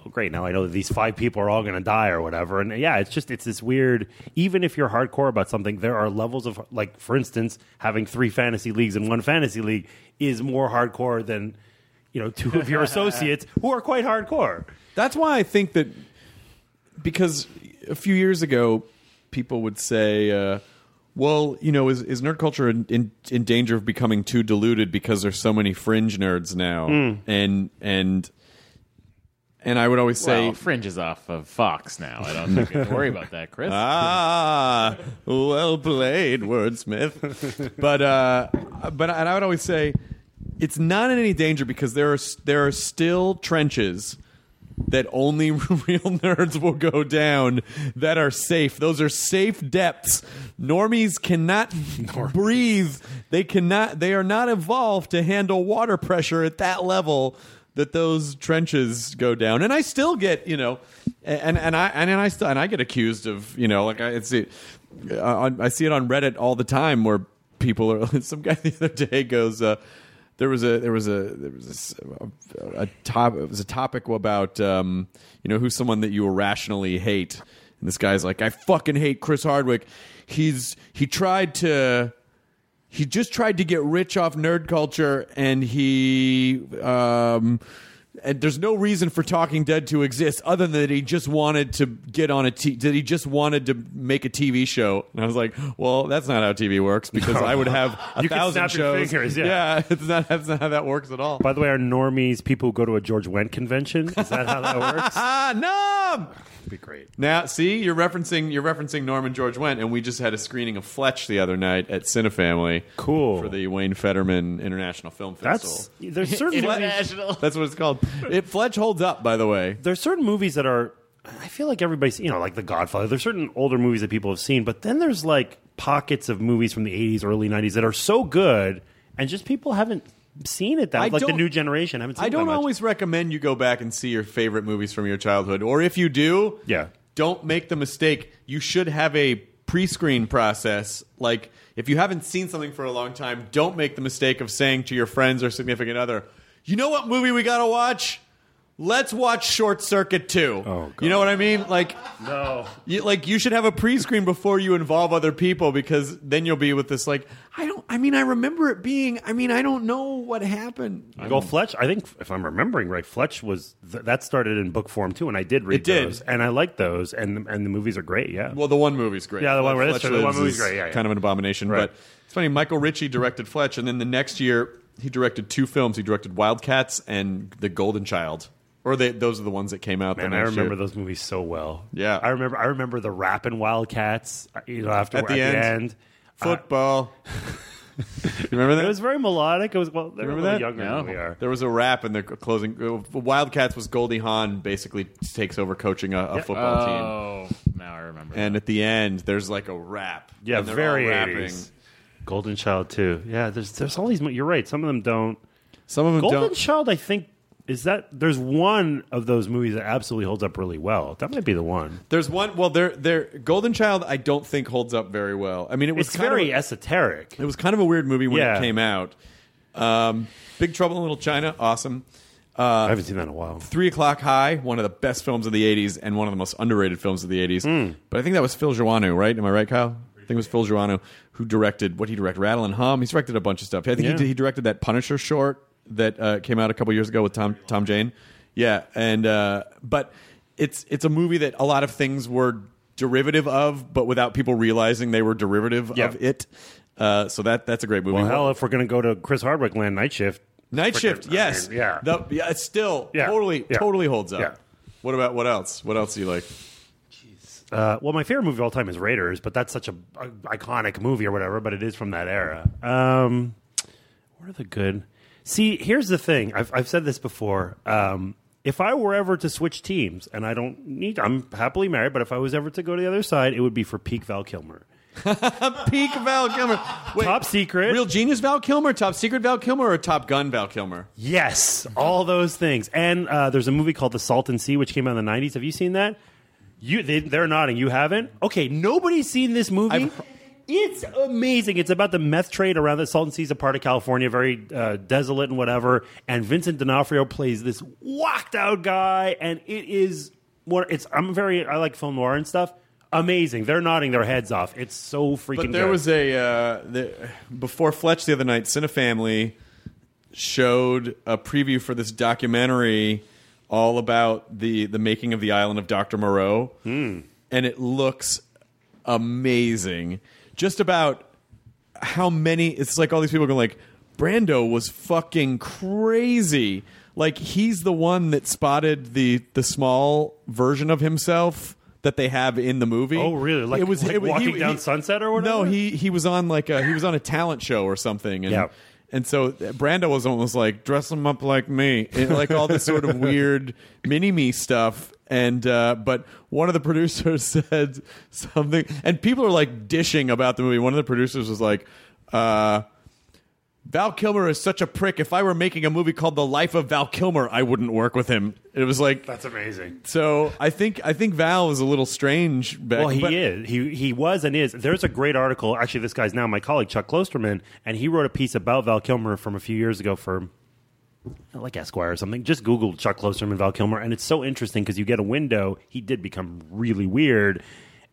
Speaker 7: "Oh, great, now I know that these five people are all going to die or whatever." And yeah, it's just it's this weird. Even if you're hardcore about something, there are levels of like, for instance, having three fantasy leagues and one fantasy league is more hardcore than. You know, two of your associates who are quite hardcore.
Speaker 4: That's why I think that because a few years ago, people would say, uh, "Well, you know, is, is nerd culture in, in, in danger of becoming too diluted because there's so many fringe nerds now?" And and and I would always say,
Speaker 8: Well, Fringe is off of Fox now. I don't think we have to worry about that, Chris.
Speaker 4: ah, well played, wordsmith. but uh, but and I would always say it's not in any danger because there are s- there are still trenches that only real nerds will go down that are safe. Those are safe depths. Normies cannot breathe. They cannot. They are not evolved to handle water pressure at that level that those trenches go down. And I still get you know, and and I and, I still and I get accused of you know like I it's it, on, I see it on Reddit all the time where people are some guy the other day goes. Uh, there was a there was a there was a s- a, a top it was a topic about um, you know who's someone that you irrationally hate and this guy's like I fucking hate Chris Hardwick he's he tried to he just tried to get rich off nerd culture and he um and there's no reason for Talking Dead to exist other than that he just wanted to get on a t- that he just wanted to make a TV show. And I was like, well, that's not how TV works because I would have a
Speaker 7: You could
Speaker 4: thousand
Speaker 7: snap your
Speaker 4: shows.
Speaker 7: fingers, yeah.
Speaker 4: it's not that's not how that works at all.
Speaker 7: By the way, are normies people who go to a George Wendt convention? Is that how that works?
Speaker 4: ah, numb.
Speaker 7: be great.
Speaker 4: Now, see, you're referencing you're referencing Norman George Wendt, and we just had a screening of Fletch the other night at Cinefamily.
Speaker 7: Cool.
Speaker 4: for the Wayne Fetterman International Film Festival.
Speaker 7: That's there's certain movies,
Speaker 4: That's what it's called. It Fletch holds up, by the way.
Speaker 7: there's certain movies that are. I feel like everybody's you know like The Godfather. There's certain older movies that people have seen, but then there's like pockets of movies from the 80s, early 90s that are so good, and just people haven't seen it that
Speaker 4: I
Speaker 7: like the
Speaker 4: don't-
Speaker 7: new generation haven't seen.
Speaker 4: I
Speaker 7: it that
Speaker 4: don't
Speaker 7: much.
Speaker 4: always recommend you go back and see your favorite movies from your childhood, or if you do,
Speaker 7: Yeah.
Speaker 4: don't make the mistake. You should have a pre-screen process. Like if you haven't seen something for a long time, don't make the mistake of saying to your friends or significant other, "You know what movie we gotta watch." Let's watch Short Circuit 2.
Speaker 7: Oh,
Speaker 4: You know what I mean? Like
Speaker 7: No.
Speaker 4: You, like you should have a pre-screen before you involve other people because then you'll be with this like I don't I mean I remember it being I mean I don't know what happened.
Speaker 7: Go Fletch. I think if I'm remembering right, Fletch was th- that started in book form too, and I did read
Speaker 4: It did.
Speaker 7: those, and I like those, and the, and the movies are great. Yeah.
Speaker 4: Well, the one movie's great.
Speaker 7: Yeah, the one-
Speaker 4: Fletch
Speaker 7: that's true. The one
Speaker 4: Lives
Speaker 7: movie's
Speaker 4: is
Speaker 7: great. Yeah, yeah.
Speaker 4: kind of an abomination.
Speaker 7: Right.
Speaker 4: But it's funny. Michael Ritchie directed Fletch, and then the next year he directed two films. He directed Wildcats and The Golden Child, or they, those are the ones that came out.
Speaker 7: Man,
Speaker 4: the
Speaker 7: I
Speaker 4: next
Speaker 7: remember
Speaker 4: year.
Speaker 7: those movies so well.
Speaker 4: Yeah.
Speaker 7: I remember. I remember the rapping Wildcats. uh, You know, after
Speaker 4: At the end. football. you remember
Speaker 7: Uh,
Speaker 4: that?
Speaker 7: it was very melodic. It was well. They're
Speaker 4: Remember
Speaker 7: a little
Speaker 4: that?
Speaker 7: younger
Speaker 8: No.
Speaker 7: than we are.
Speaker 4: There was a rap in the closing. uh, Wildcats was Goldie Hawn basically takes over coaching a, a football team.
Speaker 8: Oh, now I remember.
Speaker 4: And at the end, there's like a rap.
Speaker 7: Yeah,
Speaker 4: and they're all
Speaker 7: very
Speaker 4: rapping.
Speaker 7: 80s. Golden Child too. Yeah, there's there's all these. mo- You're right. Some of them don't.
Speaker 4: Some of them
Speaker 7: Golden
Speaker 4: don't.
Speaker 7: Child, I think, is that there's one of those movies that absolutely holds up really well. That might be the one.
Speaker 4: there's one. Well, there, there. Golden Child, I don't think holds up very well. I mean, it was
Speaker 7: It's
Speaker 4: kind of
Speaker 7: very
Speaker 4: a-
Speaker 7: esoteric.
Speaker 4: It was kind of a weird movie when
Speaker 7: Yeah.
Speaker 4: it came out. Um, Big Trouble in Little China, awesome.
Speaker 7: I haven't seen that in a while.
Speaker 4: Three O'clock High, one of the best films of the '80s and one of the most underrated films of the '80s.
Speaker 7: Hmm.
Speaker 4: But I think that was Phil Joannou, right? Am I right, Kyle? I think it was Phil Joannou who directed what he directed, Rattle and Hum. He's directed a bunch of stuff. I think
Speaker 7: Yeah.
Speaker 4: he, did, he directed that Punisher short that uh, came out a couple years ago with Tom Tom Jane. Yeah, and uh, but it's it's a movie that a lot of things were derivative of, but without people realizing they were derivative
Speaker 7: Yeah.
Speaker 4: of it. Uh, so that that's a great movie.
Speaker 7: Well, hell, if we're going to go to Chris Hardwick Land Night Shift,
Speaker 4: Night
Speaker 7: Frickin-
Speaker 4: shift,
Speaker 7: I
Speaker 4: yes,
Speaker 7: mean, yeah.
Speaker 4: The- yeah, it's still
Speaker 7: Yeah,
Speaker 4: totally,
Speaker 7: yeah,
Speaker 4: totally holds up.
Speaker 7: yeah.
Speaker 4: What about what else? What else do you like?
Speaker 7: Uh, well, my favorite movie of all time is Raiders, but that's such a, a iconic movie or whatever. But it is from that era. Um, what are the good? See, here's the thing. I've, I've said this before. Um, if I were ever to switch teams, and I don't need, I'm happily married. But if I was ever to go to the other side, it would be for peak Val Kilmer.
Speaker 4: Peak Val Kilmer, Wait,
Speaker 7: Top Secret.
Speaker 4: real genius Val Kilmer, top secret Val Kilmer, or Top Gun Val Kilmer?
Speaker 7: Yes, all those things. And uh, there's a movie called The Salton Sea, which came out in the '90s. Have you seen that? You, they, they're nodding. You haven't? Okay, nobody's seen this movie.
Speaker 4: I've-
Speaker 7: it's amazing. It's about the meth trade around the Salton Sea is a part of California, very uh, desolate and whatever. And Vincent D'Onofrio plays this whacked out guy, and it is what it's. I'm very. I like film noir and stuff. Amazing. They're nodding their heads off. It's so freaking.
Speaker 4: But there
Speaker 7: good.
Speaker 4: was a uh, the, before Fletch the other night. Cinefamily showed a preview for this documentary all about the the making of the island of Doctor Moreau,
Speaker 7: Hmm.
Speaker 4: and it looks amazing. Just about how many? It's like all these people going like Brando was fucking crazy. Like he's the one that spotted the the small version of himself that they have in the movie.
Speaker 7: Oh, really? Like- like walking down Sunset or
Speaker 4: No,
Speaker 7: whatever?
Speaker 4: he he was on like a, he was on a talent show or something, and
Speaker 7: Yeah.
Speaker 4: and so Brando was almost like dress him up like me, and, like all this sort of weird mini me stuff. And uh, but one of the producers said something, and people are like dishing about the movie. One of the producers was like. Uh, Val Kilmer is such a prick. If I were making a movie called The Life of Val Kilmer, I wouldn't work with him. It was like
Speaker 7: That's amazing.
Speaker 4: so. I think I think Val is a little strange. Back,
Speaker 7: Well, he
Speaker 4: but-
Speaker 7: is. He he was and is. There's a great article. Actually, this guy's now my colleague Chuck Klosterman, and he wrote a piece about Val Kilmer from a few years ago for like Esquire or something. Just Google Chuck Klosterman Val Kilmer, and it's so interesting because you get a window. He did become really weird,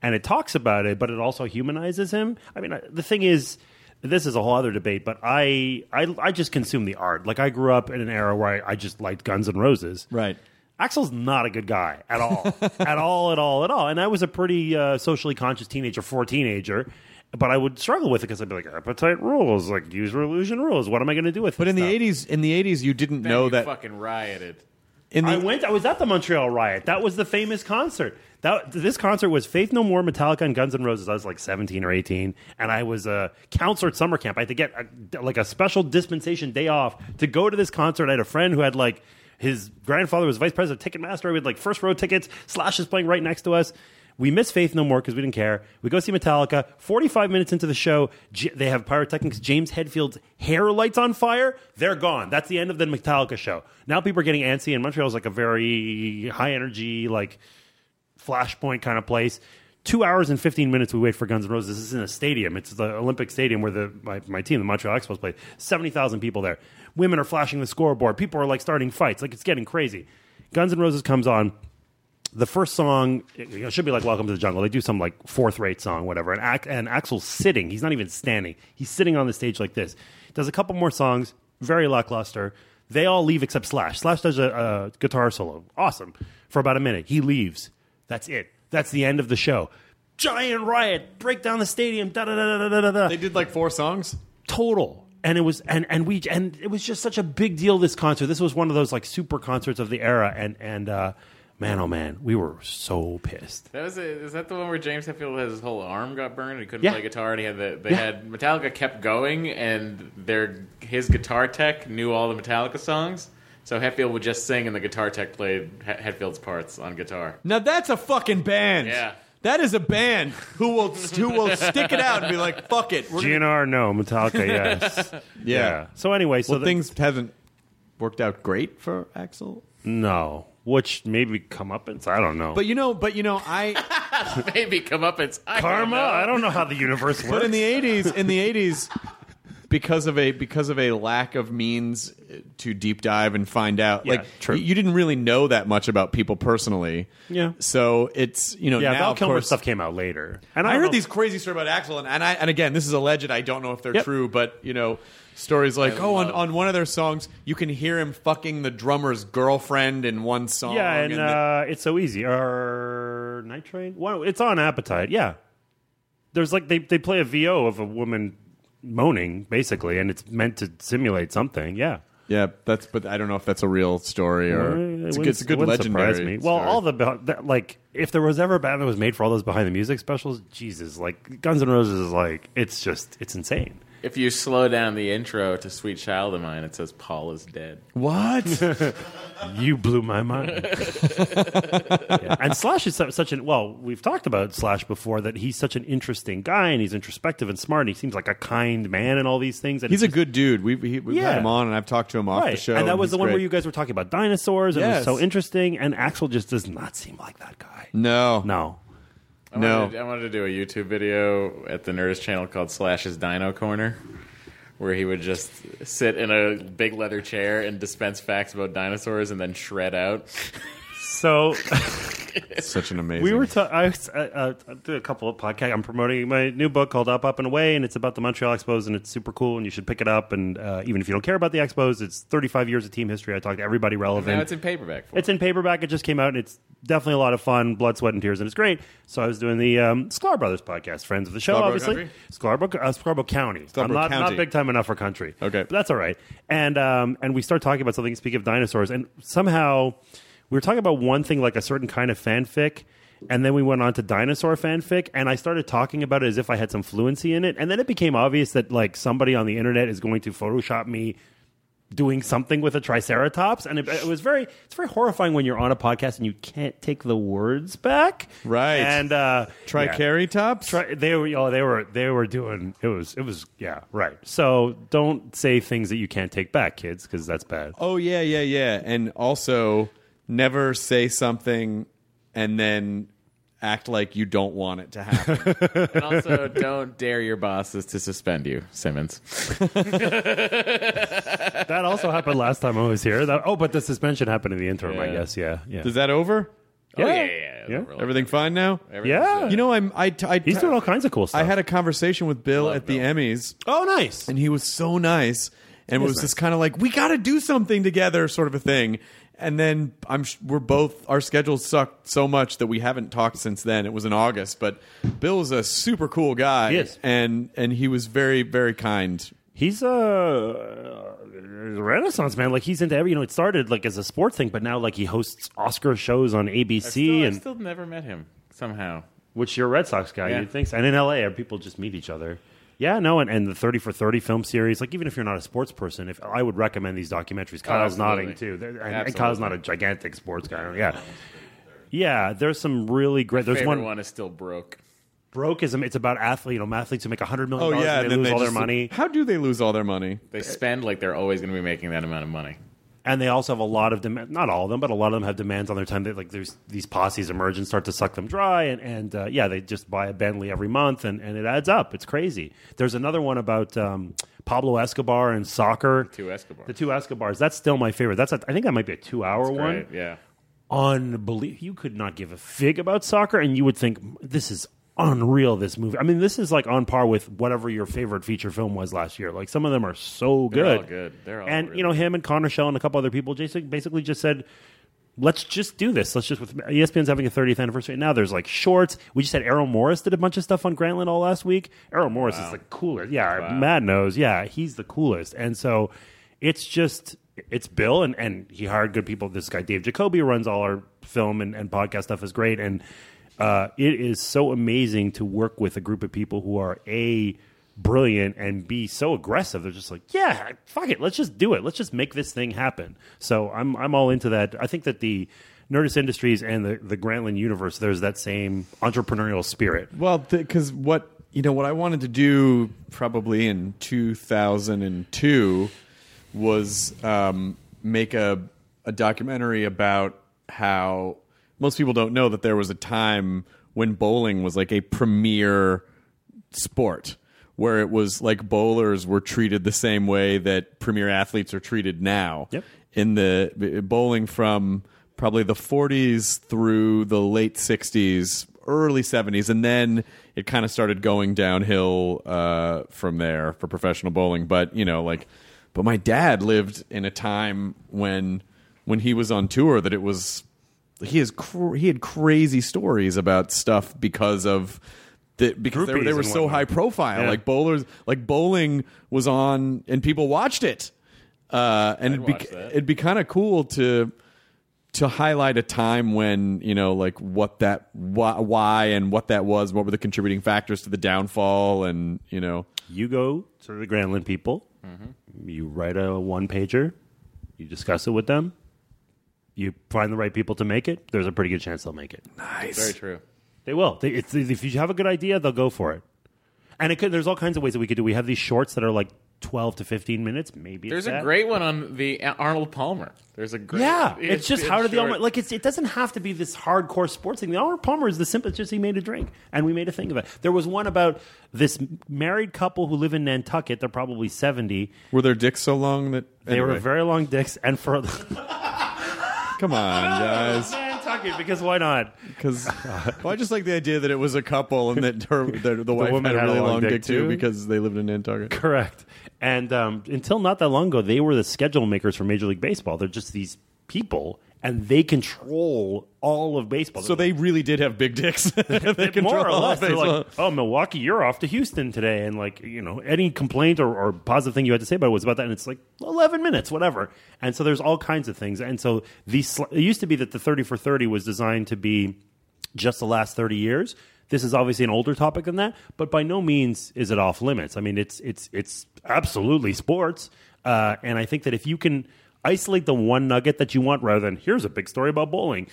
Speaker 7: and it talks about it, but it also humanizes him. I mean, I- the thing is. this is a whole other debate, but I, I, I just consume the art. Like I grew up in an era where I, I just liked Guns N' Roses.
Speaker 4: Right.
Speaker 7: Axel's not a good guy at all, at all, at all, at all. And I was a pretty uh, socially conscious teenager for a teenager, but I would struggle with it because I'd be like, appetite rules, like user illusion rules. What am I going to do with?
Speaker 4: But
Speaker 7: this
Speaker 4: in the
Speaker 7: stuff?
Speaker 4: eighties, in the eighties, you didn't
Speaker 8: Then
Speaker 4: know
Speaker 8: you
Speaker 4: that.
Speaker 8: fucking rioted.
Speaker 4: In the
Speaker 7: I went. I was at the Montreal Riot. That was the famous concert. That this concert was Faith No More, Metallica, and Guns N' Roses. I was like seventeen or eighteen, and I was a counselor at summer camp. I had to get a, like a special dispensation day off to go to this concert. I had a friend who had like his grandfather was vice president of Ticketmaster. We had like first row tickets. Slash is playing right next to us. We miss Faith No More because we didn't care. We go see Metallica. 45 minutes into the show, J- they have pyrotechnics. James Hetfield's hair lights on fire. They're gone. That's the end of the Metallica show. Now people are getting antsy, and Montreal's like a very high energy, like flashpoint kind of place. Two hours and 15 minutes we wait for Guns N' Roses. This is in a stadium. It's the Olympic Stadium where the, my, my team, the Montreal Expos, played. 70,000 people there. Women are flashing the scoreboard. People are like starting fights. Like it's getting crazy. Guns N' Roses comes on the first song it, you know, should be like "Welcome to the Jungle." They do some like fourth rate song, whatever. And, Ac- and Axel's sitting; he's not even standing. He's sitting on the stage like this. Does a couple more songs, very lackluster. They all leave except Slash. Slash does a, a guitar solo, awesome, for about a minute. He leaves. That's it. That's the end of the show. Giant riot, break down the stadium. Da da da da da da da
Speaker 4: they did like four songs.
Speaker 7: total and it was and and we and it was just such a big deal this concert this was one of those like super concerts of the era and and uh man oh man we were so pissed
Speaker 8: That was a, is that the one where James Hetfield had his whole arm got burned and he couldn't
Speaker 7: Yeah.
Speaker 8: play guitar and he had the they
Speaker 7: Yeah.
Speaker 8: had Metallica kept going and their his guitar tech knew all the Metallica songs so Hetfield would just sing and the guitar tech played He- Hetfield's parts on guitar.
Speaker 4: Now that's a fucking band.
Speaker 8: Yeah.
Speaker 4: That is a band who will who will stick it out and be like, "Fuck it." We're gonna-
Speaker 7: GNR no Metallica yes
Speaker 4: yeah.
Speaker 7: so anyway so
Speaker 4: Well,
Speaker 7: the-
Speaker 4: things haven't worked out great for Axel.
Speaker 7: no which maybe come up and I don't know
Speaker 4: But you know, but you know, I.
Speaker 8: Maybe come up and I don't
Speaker 7: karma
Speaker 8: know.
Speaker 7: I don't know how the universe works
Speaker 4: But in the eighties, in the eighties, because of a because of a lack of means uh, to deep dive and find out,
Speaker 7: Yeah,
Speaker 4: like
Speaker 7: true.
Speaker 4: y- you didn't really know that much about people personally.
Speaker 7: Yeah.
Speaker 4: So it's you know
Speaker 7: yeah
Speaker 4: now
Speaker 7: Val
Speaker 4: of
Speaker 7: Kilmer
Speaker 4: course-
Speaker 7: stuff came out later and
Speaker 4: I
Speaker 7: don't
Speaker 4: heard
Speaker 7: know-
Speaker 4: these crazy stories about Axel, and, and I and again, this is alleged. I don't know if they're
Speaker 7: Yep.
Speaker 4: true, but you know, stories like oh, on, on one of their songs, you can hear him fucking the drummer's girlfriend in one song.
Speaker 7: yeah and
Speaker 4: the-
Speaker 7: uh, it's so easy or Night Train well it's on Appetite yeah there's like they, they play a VO of a woman moaning basically and it's meant to simulate something yeah
Speaker 4: yeah, that's. But I don't know if that's a real story or
Speaker 7: It
Speaker 4: it's, a
Speaker 7: wouldn't-
Speaker 4: good, it's a good
Speaker 7: it wouldn't surprise
Speaker 4: legendary.
Speaker 7: me. Well,
Speaker 4: story.
Speaker 7: all the beh- that, like, if there was ever a band that was made for all those behind the music specials, Jesus, like Guns N' Roses is like it's just it's insane.
Speaker 8: If you slow down the intro to Sweet Child of Mine it says Paul is dead.
Speaker 4: what?
Speaker 7: You blew my mind. Yeah. And Slash is su- such an well, we've talked about Slash before that he's such an interesting guy and he's introspective and smart and he seems like a kind man and all these things. And
Speaker 4: He's a
Speaker 7: it's just-
Speaker 4: good dude. We've, he, we've
Speaker 7: Yeah.
Speaker 4: had him on, and I've talked to him off
Speaker 7: Right.
Speaker 4: the show.
Speaker 7: and that was
Speaker 4: he's
Speaker 7: the one
Speaker 4: great.
Speaker 7: where you guys were talking about dinosaurs, and it was
Speaker 4: Yes.
Speaker 7: so interesting. And Axel just does not seem like that guy.
Speaker 4: No,
Speaker 7: No,
Speaker 8: I
Speaker 4: No.
Speaker 8: wanted, I wanted to do a YouTube video at the Nerdist channel called Slash's Dino Corner, where he would just sit in a big leather chair and dispense facts about dinosaurs and then shred out.
Speaker 7: so
Speaker 4: It's such an amazing.
Speaker 7: We were. Ta- I, was- uh, uh, I did a couple of podcasts. I'm promoting my new book called Up, Up and Away, and it's about the Montreal Expos, and it's super cool, and you should pick it up. And uh, even if you don't care about the Expos, it's 35 years of team history. I talked to everybody relevant.
Speaker 8: Now it's in paperback. Form.
Speaker 7: It's in paperback. It just came out, and it's definitely a lot of fun, blood, sweat, and tears, and it's great. So I was doing the um, Sklar Brothers podcast, friends of the show,
Speaker 4: Scarborough
Speaker 7: obviously.
Speaker 4: country?
Speaker 7: Scarborough, uh, Scarborough County.
Speaker 4: Scarborough
Speaker 7: I'm not,
Speaker 4: County.
Speaker 7: not big time enough for country.
Speaker 4: Okay.
Speaker 7: but that's all right. And um, and we start talking about something. Speak of dinosaurs, and somehow we were talking about one thing, like a certain kind of fanfic. And then we went on to dinosaur fanfic, and I started talking about it as if I had some fluency in it. And then it became obvious that like somebody on the internet is going to Photoshop me doing something with a triceratops and it, it was very it's very horrifying when you're on a podcast and you can't take the words back
Speaker 4: Right.
Speaker 7: and uh yeah.
Speaker 4: Triceratops.
Speaker 7: Tri- they were oh they were they were doing it was it was yeah right so don't say things that you can't take back kids because that's bad
Speaker 4: Oh yeah, yeah, yeah. And also, never say something and then act like you don't want it to happen.
Speaker 8: and also, don't dare your bosses to suspend you, Simmons.
Speaker 7: that also happened last time i was here that, oh but the suspension happened in the interim i
Speaker 8: Yeah.
Speaker 7: guess yeah yeah
Speaker 4: Is that over?
Speaker 8: Oh, yeah, yeah, yeah. it was
Speaker 7: Yeah.
Speaker 8: a real-
Speaker 4: Everything fine now?
Speaker 8: everything's
Speaker 7: Yeah.
Speaker 8: good.
Speaker 4: You know, I'm. I. t- I
Speaker 7: He's doing all kinds of cool stuff.
Speaker 4: I had a conversation with Bill
Speaker 8: Love
Speaker 4: at the
Speaker 8: Bill.
Speaker 4: Emmys,
Speaker 7: oh, nice.
Speaker 4: and he was so nice, and it was just kind of like, "We got to do something together," sort of a thing. And then I'm sh- we're both our schedules sucked so much that we haven't talked since then. It was in August, but Bill's a super cool guy,
Speaker 7: He is.
Speaker 4: and and he was very very kind.
Speaker 7: He's a uh, renaissance man. Like he's into every. You know, it started like as a sports thing, but now like he hosts Oscar shows on ABC,
Speaker 8: Still- I
Speaker 7: and
Speaker 8: still never met him somehow.
Speaker 7: which you're a Red Sox guy,
Speaker 8: Yeah.
Speaker 7: you'd think. So. And in LA, people just meet each other. Yeah, no, and, and the thirty for thirty film series. Like even if you're not a sports person, if I would recommend these documentaries. Kyle's
Speaker 8: Oh, absolutely.
Speaker 7: nodding too, They're- and, and
Speaker 8: Absolutely.
Speaker 7: Kyle's not a gigantic sports guy. Yeah, yeah. There's some really great. There's
Speaker 8: Favorite
Speaker 7: one,
Speaker 8: one, is still broke.
Speaker 7: brokeism. It's about athlete, you know, athletes who make hundred million
Speaker 4: Oh
Speaker 7: dollars
Speaker 4: yeah, and
Speaker 7: and they
Speaker 4: then
Speaker 7: lose
Speaker 4: they
Speaker 7: all their
Speaker 4: just-
Speaker 7: money.
Speaker 4: How do they lose all their money?
Speaker 8: They spend like they're always going to be making that amount of money.
Speaker 7: and they also have a lot of demand. Not all of them, but a lot of them have demands on their time. They, like there's these posses emerge and start to suck them dry, and and uh, yeah, they just buy a Bentley every month, and, and it adds up. It's crazy. There's another one about um, Pablo Escobar and soccer.
Speaker 8: Two Escobar.
Speaker 7: The two Escobars. That's still my favorite. That's a, I think that might be a two-hour one.
Speaker 8: Right, yeah.
Speaker 7: Unbelievable. You could not give a fig about soccer, and you would think this is unreal. This movie. I mean, this is like on par with whatever your favorite feature film was last year. Like some of them are so good.
Speaker 8: They're all good. They're all
Speaker 7: and
Speaker 8: really
Speaker 7: you know him and Connor Shell and a couple other people just basically just said. Let's just do this. Let's just with E ESPN's having a 30th anniversary now. There's like shorts. We just had Errol Morris did a bunch of stuff on Grantland all last week. Errol Morris is the coolest. Yeah, Matt knows. Yeah, he's the coolest. And so it's just it's Bill and and he hired good people. This guy Dave Jacoby runs all our film and, and podcast stuff is great. And uh, it is so amazing to work with a group of people who are a brilliant and be so aggressive. They're just like, yeah, fuck it, let's just do it. Let's just make this thing happen. So I'm I'm all into that. I think that the Nerdist Industries and the the Grantland universe, there's that same entrepreneurial spirit.
Speaker 4: Well, because what you know, what I wanted to do probably in 2002 was um, make a a documentary about how most people don't know that there was a time when bowling was like a premier sport where it was like bowlers were treated the same way that premier athletes are treated now
Speaker 7: Yep.
Speaker 4: in the b- bowling from probably the 40s through the late 60s early 70s and then it kind of started going downhill uh, from there for professional bowling but you know like but my dad lived in a time when when he was on tour that it was he has cr- he had crazy stories about stuff because of the, because they, were- they
Speaker 7: Groupies
Speaker 4: were
Speaker 7: and
Speaker 4: so
Speaker 7: whatnot.
Speaker 4: high profile
Speaker 7: Yeah.
Speaker 4: like bowlers like bowling was on and people watched it uh, and it'd
Speaker 8: watch
Speaker 4: be,
Speaker 8: that.
Speaker 4: it'd be kind of cool to to highlight a time when you know like what that why, why and what that was what were the contributing factors to the downfall and you know
Speaker 7: You go to the Grantland people,
Speaker 8: Mm-hmm.
Speaker 7: you write a one pager, you discuss it with them. You find the right people to make it. There's a pretty good chance they'll make it.
Speaker 8: Very true.
Speaker 7: They will. They, it's, if you have a good idea, they'll go for it. And it could, there's all kinds of ways that we could do. We have these shorts that are like 12 to 15 minutes, maybe.
Speaker 8: There's
Speaker 7: it's
Speaker 8: a
Speaker 7: that.
Speaker 8: great one on the Arnold Palmer. There's a great.
Speaker 7: Yeah, it's, just how did the
Speaker 8: short.
Speaker 7: Elmer like it's, it doesn't have to be this hardcore sports thing. The Elmer Palmer is the simple. It's just he made a drink and we made a thing of it. There was one about this married couple who live in Nantucket. They're probably seventy.
Speaker 4: were their dicks so long that
Speaker 7: They were
Speaker 4: anyway,
Speaker 7: very long dicks and for
Speaker 4: come on guys
Speaker 7: Nantucket because why not?
Speaker 4: because well, I just like the idea that it was a couple and that her, the, the wife
Speaker 7: woman
Speaker 4: had a really long, dick,
Speaker 7: too.
Speaker 4: too because they lived in Nantucket
Speaker 7: Correct. And um, until not that long ago, they were the schedule makers for Major League Baseball. They're just these people, and they control all of baseball.
Speaker 4: so they really did have big dicks they control
Speaker 7: more or
Speaker 4: all
Speaker 7: less, they're
Speaker 4: baseball.
Speaker 7: like, "Oh, Milwaukee, you're off to Houston today," and like, you know, any complaint or, or positive thing you had to say about it was about that, and it's like eleven minutes, whatever. And so there's all kinds of things, and so these sl- it used to be that the thirty for thirty was designed to be just the last thirty years. This is obviously an older topic than that, but by no means is it off limits. I mean, it's it's it's absolutely sports, uh, and I think that if you can isolate the one nugget that you want, rather than here's a big story about bowling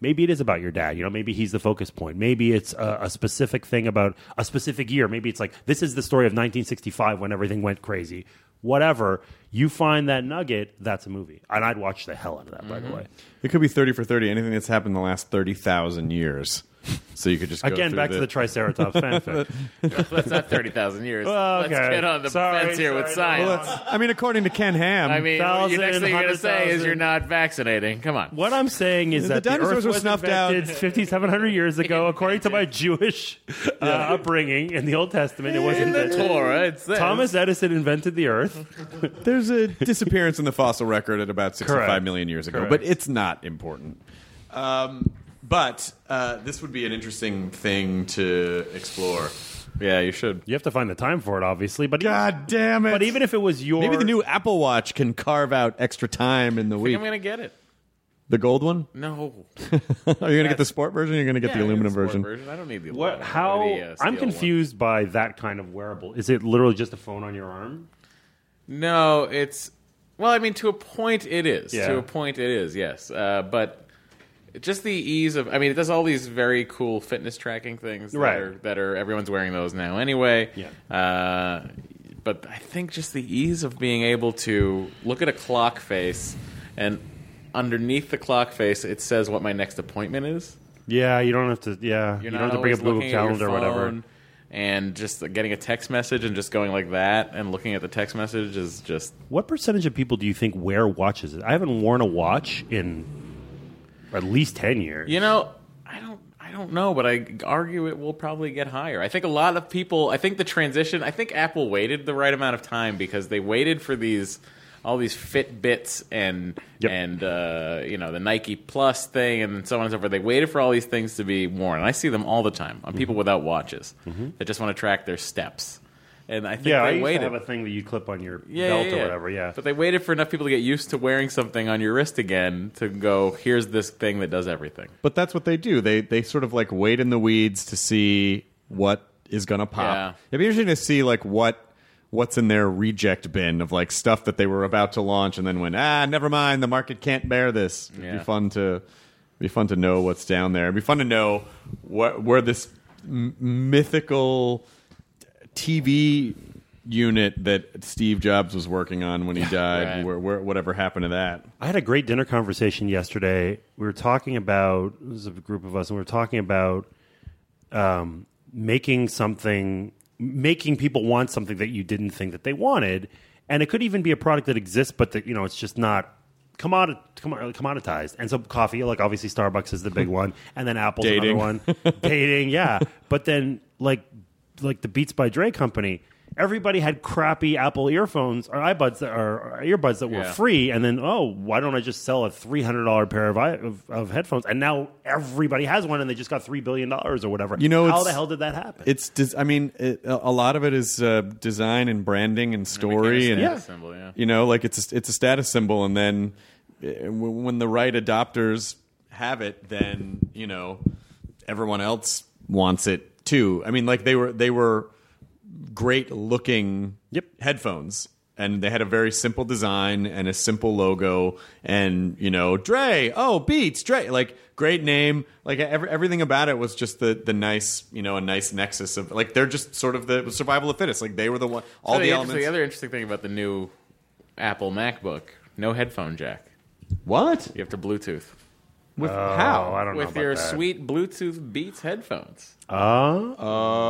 Speaker 7: maybe it is about your dad you know maybe he's the focus point maybe it's a, a specific thing about a specific year maybe it's like this is the story of 1965 when everything went crazy whatever you find that nugget that's a movie and i'd watch the hell out of that by the way
Speaker 4: It could be 30 for 30, anything that's happened in the last 30,000 years. So you could just go
Speaker 7: Again,
Speaker 4: through
Speaker 7: back to the Triceratops fanfic.
Speaker 8: That's not 30,000 years.
Speaker 7: Well,
Speaker 8: Let's
Speaker 7: okay.
Speaker 8: get on the
Speaker 7: Sorry,
Speaker 8: fence here with
Speaker 7: sorry,
Speaker 8: science.
Speaker 7: no.
Speaker 4: Well, that's- I mean, according to Ken Ham,
Speaker 8: I mean,
Speaker 7: Thousand,
Speaker 8: the next thing you're going to
Speaker 7: hundred
Speaker 8: say is
Speaker 7: thousand.
Speaker 8: you're not vaccinating. Come on.
Speaker 7: What I'm saying is
Speaker 4: The
Speaker 7: that
Speaker 4: dinosaurs
Speaker 7: the Earth
Speaker 4: were
Speaker 7: was
Speaker 4: snuffed
Speaker 7: invented
Speaker 4: out.
Speaker 7: 5,700 years ago, according to my Jewish uh, upbringing in the Old Testament. It was
Speaker 8: In the
Speaker 7: invented.
Speaker 8: Torah, it says.
Speaker 7: Thomas Edison invented the Earth.
Speaker 4: there's a disappearance in the fossil record at about 65 million
Speaker 7: Correct.
Speaker 4: years ago,
Speaker 7: Correct.
Speaker 4: but it's not important. Um, but uh, this would be an interesting thing to explore. Yeah, you should.
Speaker 7: You have to find the time for it, obviously. But
Speaker 4: God damn it!
Speaker 7: but even if it was your
Speaker 4: maybe the new Apple Watch can carve out extra time in the week.
Speaker 8: I'm going to get it.
Speaker 4: The gold one?
Speaker 8: No.
Speaker 4: Are you going to get the sport version? Or you're going to get
Speaker 8: Yeah,
Speaker 4: the aluminum
Speaker 8: sport
Speaker 4: version.
Speaker 8: I don't need the
Speaker 7: what?
Speaker 8: aluminum.
Speaker 7: How
Speaker 8: Or the, uh,
Speaker 7: I'm
Speaker 8: steel one.
Speaker 7: confused by that kind of wearable. Is it literally just a phone on your arm?
Speaker 8: No, it's well. I mean, to a point, it is.
Speaker 7: Yeah.
Speaker 8: To a point, it is. Yes, uh, but just the ease of. I mean, it does all these very cool fitness tracking things. That
Speaker 7: Right.
Speaker 8: Are, that are everyone's wearing those now anyway.
Speaker 7: Yeah.
Speaker 8: Uh, but I think just the ease of being able to look at a clock face and underneath the clock face it says what my next appointment is.
Speaker 7: Yeah, you don't have to. Yeah, you
Speaker 8: You're
Speaker 7: don't
Speaker 8: not
Speaker 7: have to bring up
Speaker 8: always
Speaker 7: Google
Speaker 8: looking at your
Speaker 7: Calendar or whatever.
Speaker 8: phone, And just getting a text message and just going like that and looking at the text message is just
Speaker 7: What percentage of people do you think wear watches? I haven't worn a watch in at least ten years.
Speaker 8: You know, I don't I don't know, but I argue it will probably get higher. I think a lot of people I think the transition I think Apple waited the right amount of time because they waited for these all these Fitbits and
Speaker 7: Yep.
Speaker 8: and uh, you know the Nike Plus thing and so on and so forth. They waited for all these things to be worn. I see them all the time on
Speaker 7: Mm-hmm.
Speaker 8: people without watches that just want to track their steps. And I think
Speaker 7: Yeah, I
Speaker 8: they
Speaker 7: used to
Speaker 8: waited
Speaker 7: have a thing that you clip on your
Speaker 8: yeah,
Speaker 7: belt
Speaker 8: yeah,
Speaker 7: or
Speaker 8: yeah.
Speaker 7: whatever. Yeah,
Speaker 8: But they waited for enough people to get used to wearing something on your wrist again to go, here's this thing that does everything.
Speaker 4: But that's what they do. They they sort of like wait in the weeds to see what is going to pop.
Speaker 8: Yeah.
Speaker 4: It'd be interesting to see like what what's in their reject bin of like stuff that they were about to launch and then went ah never mind the market can't bear this. It'd
Speaker 8: Yeah.
Speaker 4: be fun to be fun to know what's down there. It'd be fun to know what where this m- mythical TV unit that Steve Jobs was working on when he died
Speaker 8: Right.
Speaker 4: where, where whatever happened to that.
Speaker 7: I had a great dinner conversation yesterday. We were talking about it was a group of us, and we were talking about um, making something, making people want something that you didn't think that they wanted, and it could even be a product that exists, but that you know it's just not commodit, commo- commoditized. And so coffee, like obviously Starbucks is the big one, and then Apple's
Speaker 4: Dating.
Speaker 7: another one. Dating, yeah. But then like like the Beats by Dre company. Everybody had crappy Apple earphones or iBuds that or earbuds that were
Speaker 8: Yeah.
Speaker 7: free, and then oh, why don't I just sell a three hundred dollar pair of, i- of of headphones? And now everybody has one, and they just got three billion dollars or whatever.
Speaker 4: You know,
Speaker 7: how
Speaker 4: it's-
Speaker 7: the hell did that happen?
Speaker 4: It's, des- I mean, it, a a lot of it is uh, design and branding and story, and,
Speaker 8: Yeah. Symbol, yeah.
Speaker 4: you know, like it's a, it's a status symbol, and then uh, w- when the right adopters have it, then you know, everyone else wants it too. I mean, like they were they were great looking
Speaker 7: Yep.
Speaker 4: headphones. And they had a very simple design and a simple logo, and you know, Dre, oh, Beats, Dre, like great name, like every, everything about it was just the the nice, you know, a nice nexus of like they're just sort of the survival of the fittest, like they were the one, all
Speaker 8: So
Speaker 4: the
Speaker 8: inter- so
Speaker 4: elements.
Speaker 8: The other interesting thing about the new Apple MacBook, no headphone jack.
Speaker 4: what
Speaker 8: You have to Bluetooth
Speaker 4: with
Speaker 7: oh,
Speaker 4: how?
Speaker 7: I don't know
Speaker 8: with
Speaker 7: about
Speaker 8: your
Speaker 7: that.
Speaker 8: sweet Bluetooth Beats headphones.
Speaker 7: Uh,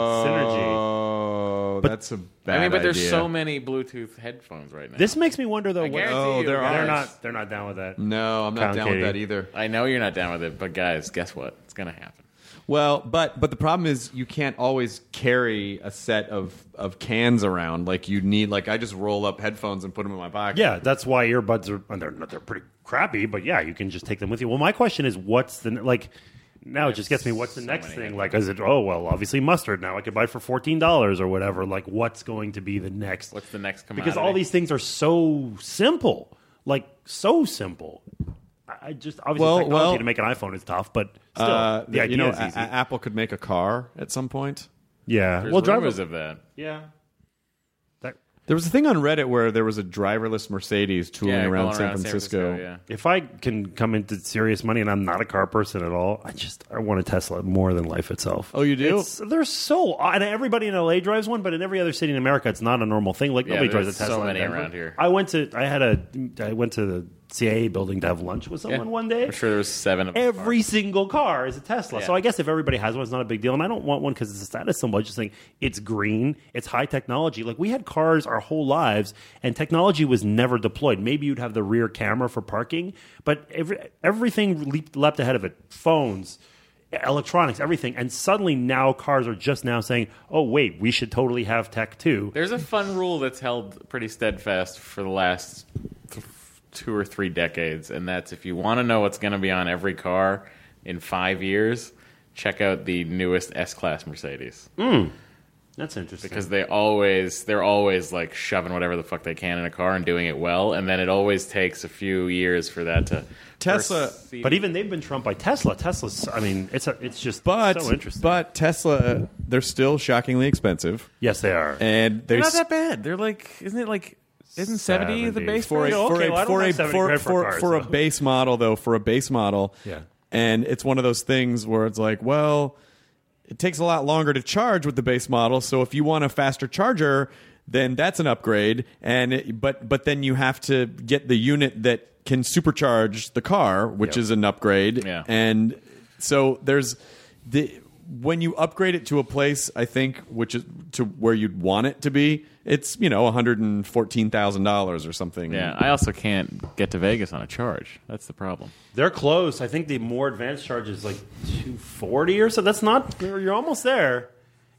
Speaker 7: synergy.
Speaker 4: Oh, that's a bad
Speaker 8: I mean, but there's
Speaker 4: idea.
Speaker 8: so many Bluetooth headphones right now.
Speaker 7: This makes me wonder though.
Speaker 8: I
Speaker 7: What,
Speaker 8: guarantee
Speaker 4: Oh,
Speaker 8: you,
Speaker 4: there
Speaker 8: guys,
Speaker 7: they're
Speaker 4: are.
Speaker 7: not. They're not down with that.
Speaker 4: No, I'm not
Speaker 7: Pound
Speaker 4: down
Speaker 7: cake.
Speaker 4: with that either.
Speaker 8: I know you're not down with it, but guys, guess what? It's gonna happen.
Speaker 4: Well, but but the problem is you can't always carry a set of of cans around. Like you need like I just roll up headphones and put them in my pocket.
Speaker 7: Yeah, that's why earbuds are. And they're they're pretty crappy, but yeah, you can just take them with you. Well, my question is, what's the like? Now it just gets me. What's the next
Speaker 8: many
Speaker 7: thing? Like, is it? Oh well, obviously mustard. Now I could buy it for fourteen dollars or whatever. Like, what's going to be the next?
Speaker 8: What's the next commodity?
Speaker 7: because all these things are so simple, like so simple. I- I just obviously
Speaker 4: Well,
Speaker 7: technology
Speaker 4: well-
Speaker 7: to make an iPhone is tough, but still,
Speaker 4: Uh,
Speaker 7: the idea
Speaker 4: you know,
Speaker 7: is easy.
Speaker 4: A- A- Apple could make a car at some point.
Speaker 7: yeah,
Speaker 8: There's
Speaker 7: well, drivers.
Speaker 8: rumors of that.
Speaker 7: yeah, that,
Speaker 4: There was a thing on Reddit where there was a driverless Mercedes touring
Speaker 8: Yeah,
Speaker 4: around,
Speaker 8: going
Speaker 4: San, Francisco.
Speaker 7: if I can come into serious money and I'm not a car person at all, I just I want a Tesla more than life itself.
Speaker 4: Oh, you do?
Speaker 7: It's, they're so and everybody in LA drives one, but in every other city in America, it's not a normal thing. Like
Speaker 8: Yeah,
Speaker 7: nobody drives a
Speaker 8: there's
Speaker 7: Tesla.
Speaker 8: so
Speaker 7: in
Speaker 8: many
Speaker 7: Denver.
Speaker 8: around here.
Speaker 7: I went to I had a I went to the CIA building to have lunch with someone
Speaker 8: Yeah.
Speaker 7: one day.
Speaker 8: I'm sure there was seven of them.
Speaker 7: Every single car is a Tesla.
Speaker 8: Yeah.
Speaker 7: So I guess if everybody has one, it's not a big deal. And I don't want one because it's a status symbol. I just think it's green, it's high technology. Like we had cars our whole lives, and technology was never deployed. Maybe you'd have the rear camera for parking, but every, everything leaped, leapt ahead of it. Phones. Electronics, everything, and suddenly now cars are just now saying, "Oh wait, we should totally have tech too."
Speaker 8: There's a fun rule that's held pretty steadfast for the last th- two or three decades, and that's if you want to know what's going to be on every car in five years, check out the newest S-Class Mercedes
Speaker 7: That's interesting.
Speaker 8: because they always they're always like shoving whatever the fuck they can in a car and doing it well, and then it always takes a few years for that to
Speaker 4: Tesla-
Speaker 8: proceed.
Speaker 7: But even they've been trumped by Tesla. Tesla's, I mean, it's a, it's just
Speaker 4: But
Speaker 7: so interesting.
Speaker 4: but Tesla, uh, they're still shockingly expensive,
Speaker 7: yes, they are.
Speaker 4: and they're
Speaker 8: They're not
Speaker 4: s-
Speaker 8: that bad. They're like, isn't it like, isn't 70 the
Speaker 7: 70.
Speaker 8: base
Speaker 4: for a
Speaker 8: rate?
Speaker 7: Oh,
Speaker 4: for
Speaker 7: okay,
Speaker 4: a
Speaker 7: well, I don't
Speaker 4: for a
Speaker 7: have 70
Speaker 4: for
Speaker 7: grand for
Speaker 4: for
Speaker 7: cars,
Speaker 4: for a
Speaker 7: though.
Speaker 4: base model though for a base model.
Speaker 7: Yeah.
Speaker 4: and it's one of those things where it's like, well, it takes a lot longer to charge with the base model. So if you want a faster charger, then that's an upgrade. And it, but but then you have to get the unit that can supercharge the car, which
Speaker 7: Yep.
Speaker 4: is an upgrade.
Speaker 8: Yeah.
Speaker 4: And so there's the when you upgrade it to a place, I think, which is to where you'd want it to be, it's you know one hundred and fourteen thousand dollars or something.
Speaker 8: Yeah, I also can't get to Vegas on a charge. That's the problem.
Speaker 7: They're close. I think the more advanced charge is like 240 or so. That's not, you're you're almost there.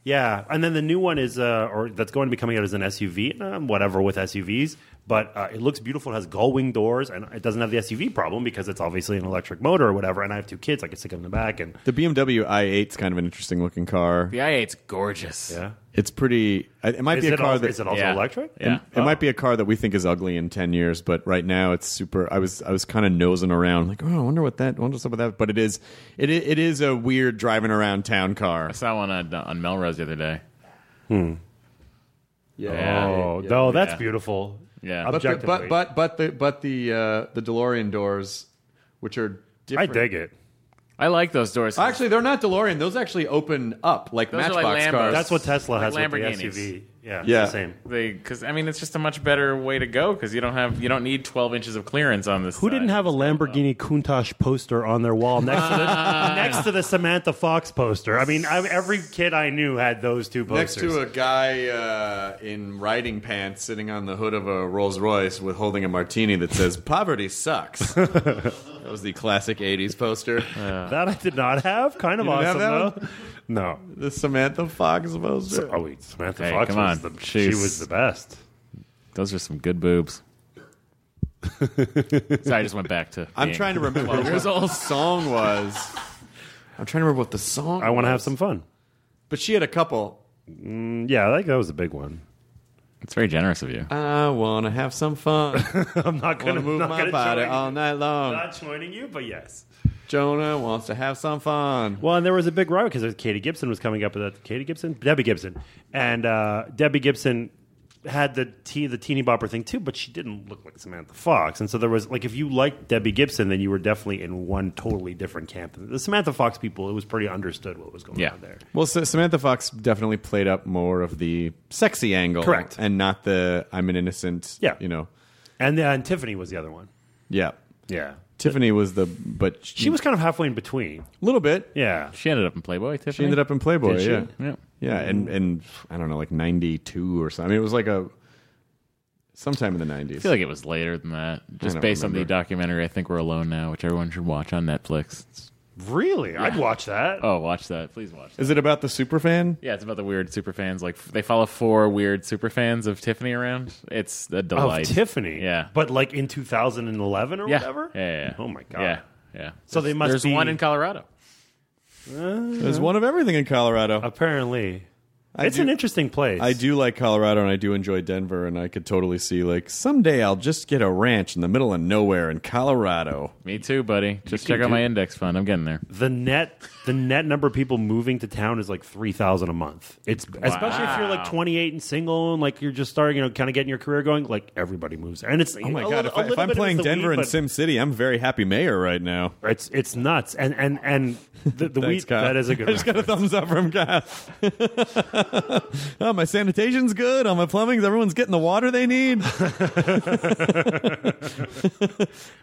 Speaker 7: Yeah. And then the new one is, uh, or that's going to be coming out as an SUV, um, whatever with SUVs. But uh, it looks beautiful. It has gull wing doors and it doesn't have the SUV problem because it's obviously an electric motor or whatever. And I have two kids. I can stick them in the back and,
Speaker 4: The BMW i8 is kind of an interesting looking car.
Speaker 8: The i8's gorgeous.
Speaker 7: yeah.
Speaker 4: It's pretty. It might
Speaker 7: uh, Is
Speaker 4: be a
Speaker 7: it,
Speaker 4: car
Speaker 7: al-
Speaker 4: that
Speaker 7: is it also
Speaker 8: yeah.
Speaker 7: electric?
Speaker 8: Yeah.
Speaker 4: It might be a car that we think is ugly in ten years, but right now it's super. I was I was kind of nosing around, like, oh, I wonder what that, I wonder what's up with that. But it is, it i- it is a weird driving around town car.
Speaker 8: I saw one on, on Melrose the other day. Yeah.
Speaker 7: Oh, no, that's
Speaker 8: yeah.
Speaker 7: beautiful.
Speaker 8: Yeah.
Speaker 4: But the, but
Speaker 7: Objectively.
Speaker 4: but but the but the uh, the DeLorean doors, which are
Speaker 7: I
Speaker 4: different.
Speaker 7: dig it.
Speaker 8: I like those doors.
Speaker 4: Actually, they're not DeLorean. Those actually open up like
Speaker 8: Those are like
Speaker 4: Matchbox
Speaker 8: Lambos.
Speaker 4: cars.
Speaker 7: That's what Tesla
Speaker 8: Like
Speaker 7: has with the
Speaker 8: Lamborghinis.
Speaker 7: SUV. Yeah,
Speaker 4: Yeah.
Speaker 7: yeah. the same.
Speaker 8: because I mean it's just a much better way to go because you don't have you don't need 12 inches of clearance on this.
Speaker 7: Who didn't have a Lamborghini Countach poster on their wall next to the next to the Samantha Fox poster? I mean, I, every kid I knew had those two
Speaker 4: Next
Speaker 7: posters.
Speaker 4: to a guy uh, in riding pants sitting on the hood of a Rolls Royce with holding a martini that says "Poverty sucks." that was the classic '80s poster.
Speaker 7: that I did not have. Kind of
Speaker 4: You didn't
Speaker 7: awesome
Speaker 4: have
Speaker 7: though. No.
Speaker 4: The Samantha Fox poster.
Speaker 7: Oh wait, Samantha
Speaker 8: Hey,
Speaker 7: Fox
Speaker 8: come
Speaker 7: was
Speaker 8: on.
Speaker 7: the she
Speaker 8: She's-
Speaker 7: was the best.
Speaker 8: Those are some good boobs. Sorry, I just went back to.
Speaker 4: I'm
Speaker 8: being
Speaker 4: trying to remember
Speaker 8: 12
Speaker 4: what
Speaker 8: years
Speaker 4: the
Speaker 8: old.
Speaker 4: old song was. I'm trying to remember what the song.
Speaker 7: I want to have some fun.
Speaker 4: but she had a couple.
Speaker 7: Yeah, I think that was a big one.
Speaker 8: It's very generous of you.
Speaker 4: I want to have some fun.
Speaker 7: I'm not
Speaker 4: want
Speaker 7: going
Speaker 4: to
Speaker 7: to
Speaker 4: move my body all night long.
Speaker 7: Not joining you, but yes.
Speaker 4: Jonah wants to have some fun.
Speaker 7: Well, and there was a big rival because Katie Gibson was coming up with that. Katie Gibson, Debbie Gibson, and uh, Debbie Gibson had the tea, the teeny bopper thing too, but she didn't look like Samantha Fox. And so there was like, if you liked Debbie Gibson, then you were definitely in one totally different camp. The Samantha Fox people, it was pretty understood what was going
Speaker 8: Yeah.
Speaker 7: on there.
Speaker 4: Well, Sa- Samantha Fox definitely played up more of the sexy angle,
Speaker 7: Correct.
Speaker 4: and not the "I'm an innocent."
Speaker 7: Yeah.
Speaker 4: you know,
Speaker 7: And then Tiffany was the other one.
Speaker 4: yeah.
Speaker 7: Yeah,
Speaker 4: Tiffany was the, but she,
Speaker 7: she was kind of halfway in between.
Speaker 4: a little bit.
Speaker 7: Yeah,
Speaker 8: She ended up in Playboy. Tiffany.
Speaker 4: She ended up in Playboy,
Speaker 7: Did she?
Speaker 4: yeah,
Speaker 8: Yeah.
Speaker 4: yeah, and and I don't know, like '92 or something. I mean, it was like a sometime in the '90s.
Speaker 8: I feel like it was later than that. Just
Speaker 4: don't
Speaker 8: based on the
Speaker 4: remember.
Speaker 8: documentary, I think we're alone now, which everyone should watch on Netflix. It's-
Speaker 7: really, I'd watch that.
Speaker 8: oh, watch that, please watch. That.
Speaker 4: Is it about the superfan?
Speaker 8: Yeah, it's about the weird superfans. Like f- they follow four weird superfans of Tiffany around. It's a
Speaker 7: of
Speaker 8: delight.
Speaker 7: Tiffany,
Speaker 8: Yeah.
Speaker 7: but like in 2011 or
Speaker 8: yeah.
Speaker 7: whatever.
Speaker 8: Yeah, yeah, yeah.
Speaker 7: Oh my god.
Speaker 8: Yeah, yeah.
Speaker 7: So they must
Speaker 8: There's
Speaker 7: be-
Speaker 8: one in Colorado.
Speaker 4: There's one of everything in Colorado.
Speaker 7: Apparently,
Speaker 4: I
Speaker 7: Uh, it's
Speaker 4: do-
Speaker 7: an interesting place.
Speaker 4: I do like Colorado, and I do enjoy Denver, and I could totally see like someday I'll just get a ranch in the middle of nowhere in Colorado.
Speaker 8: Me too, buddy. Just check out my index fund. I'm getting there.
Speaker 7: The net, the net number of people moving to town is like three thousand a month. It's especially if you're like twenty eight and single and like you're just starting, you know, kind of getting your career going. Like everybody moves, there. and it's
Speaker 4: Oh my
Speaker 7: a
Speaker 4: god!
Speaker 7: little-
Speaker 4: If,
Speaker 7: a
Speaker 4: I, if
Speaker 7: little
Speaker 4: I'm
Speaker 7: bit is
Speaker 4: playing
Speaker 7: the
Speaker 4: Denver
Speaker 7: weed,
Speaker 4: and
Speaker 7: but
Speaker 4: Sim City, I'm very happy mayor right now.
Speaker 7: It's it's nuts, and and and the, the
Speaker 4: Thanks,
Speaker 7: weed
Speaker 4: Kyle.
Speaker 7: that is a good.
Speaker 4: I just got a thumbs up from Kyle. oh, my sanitation's good. All my plumbing's. Everyone's getting the water they need.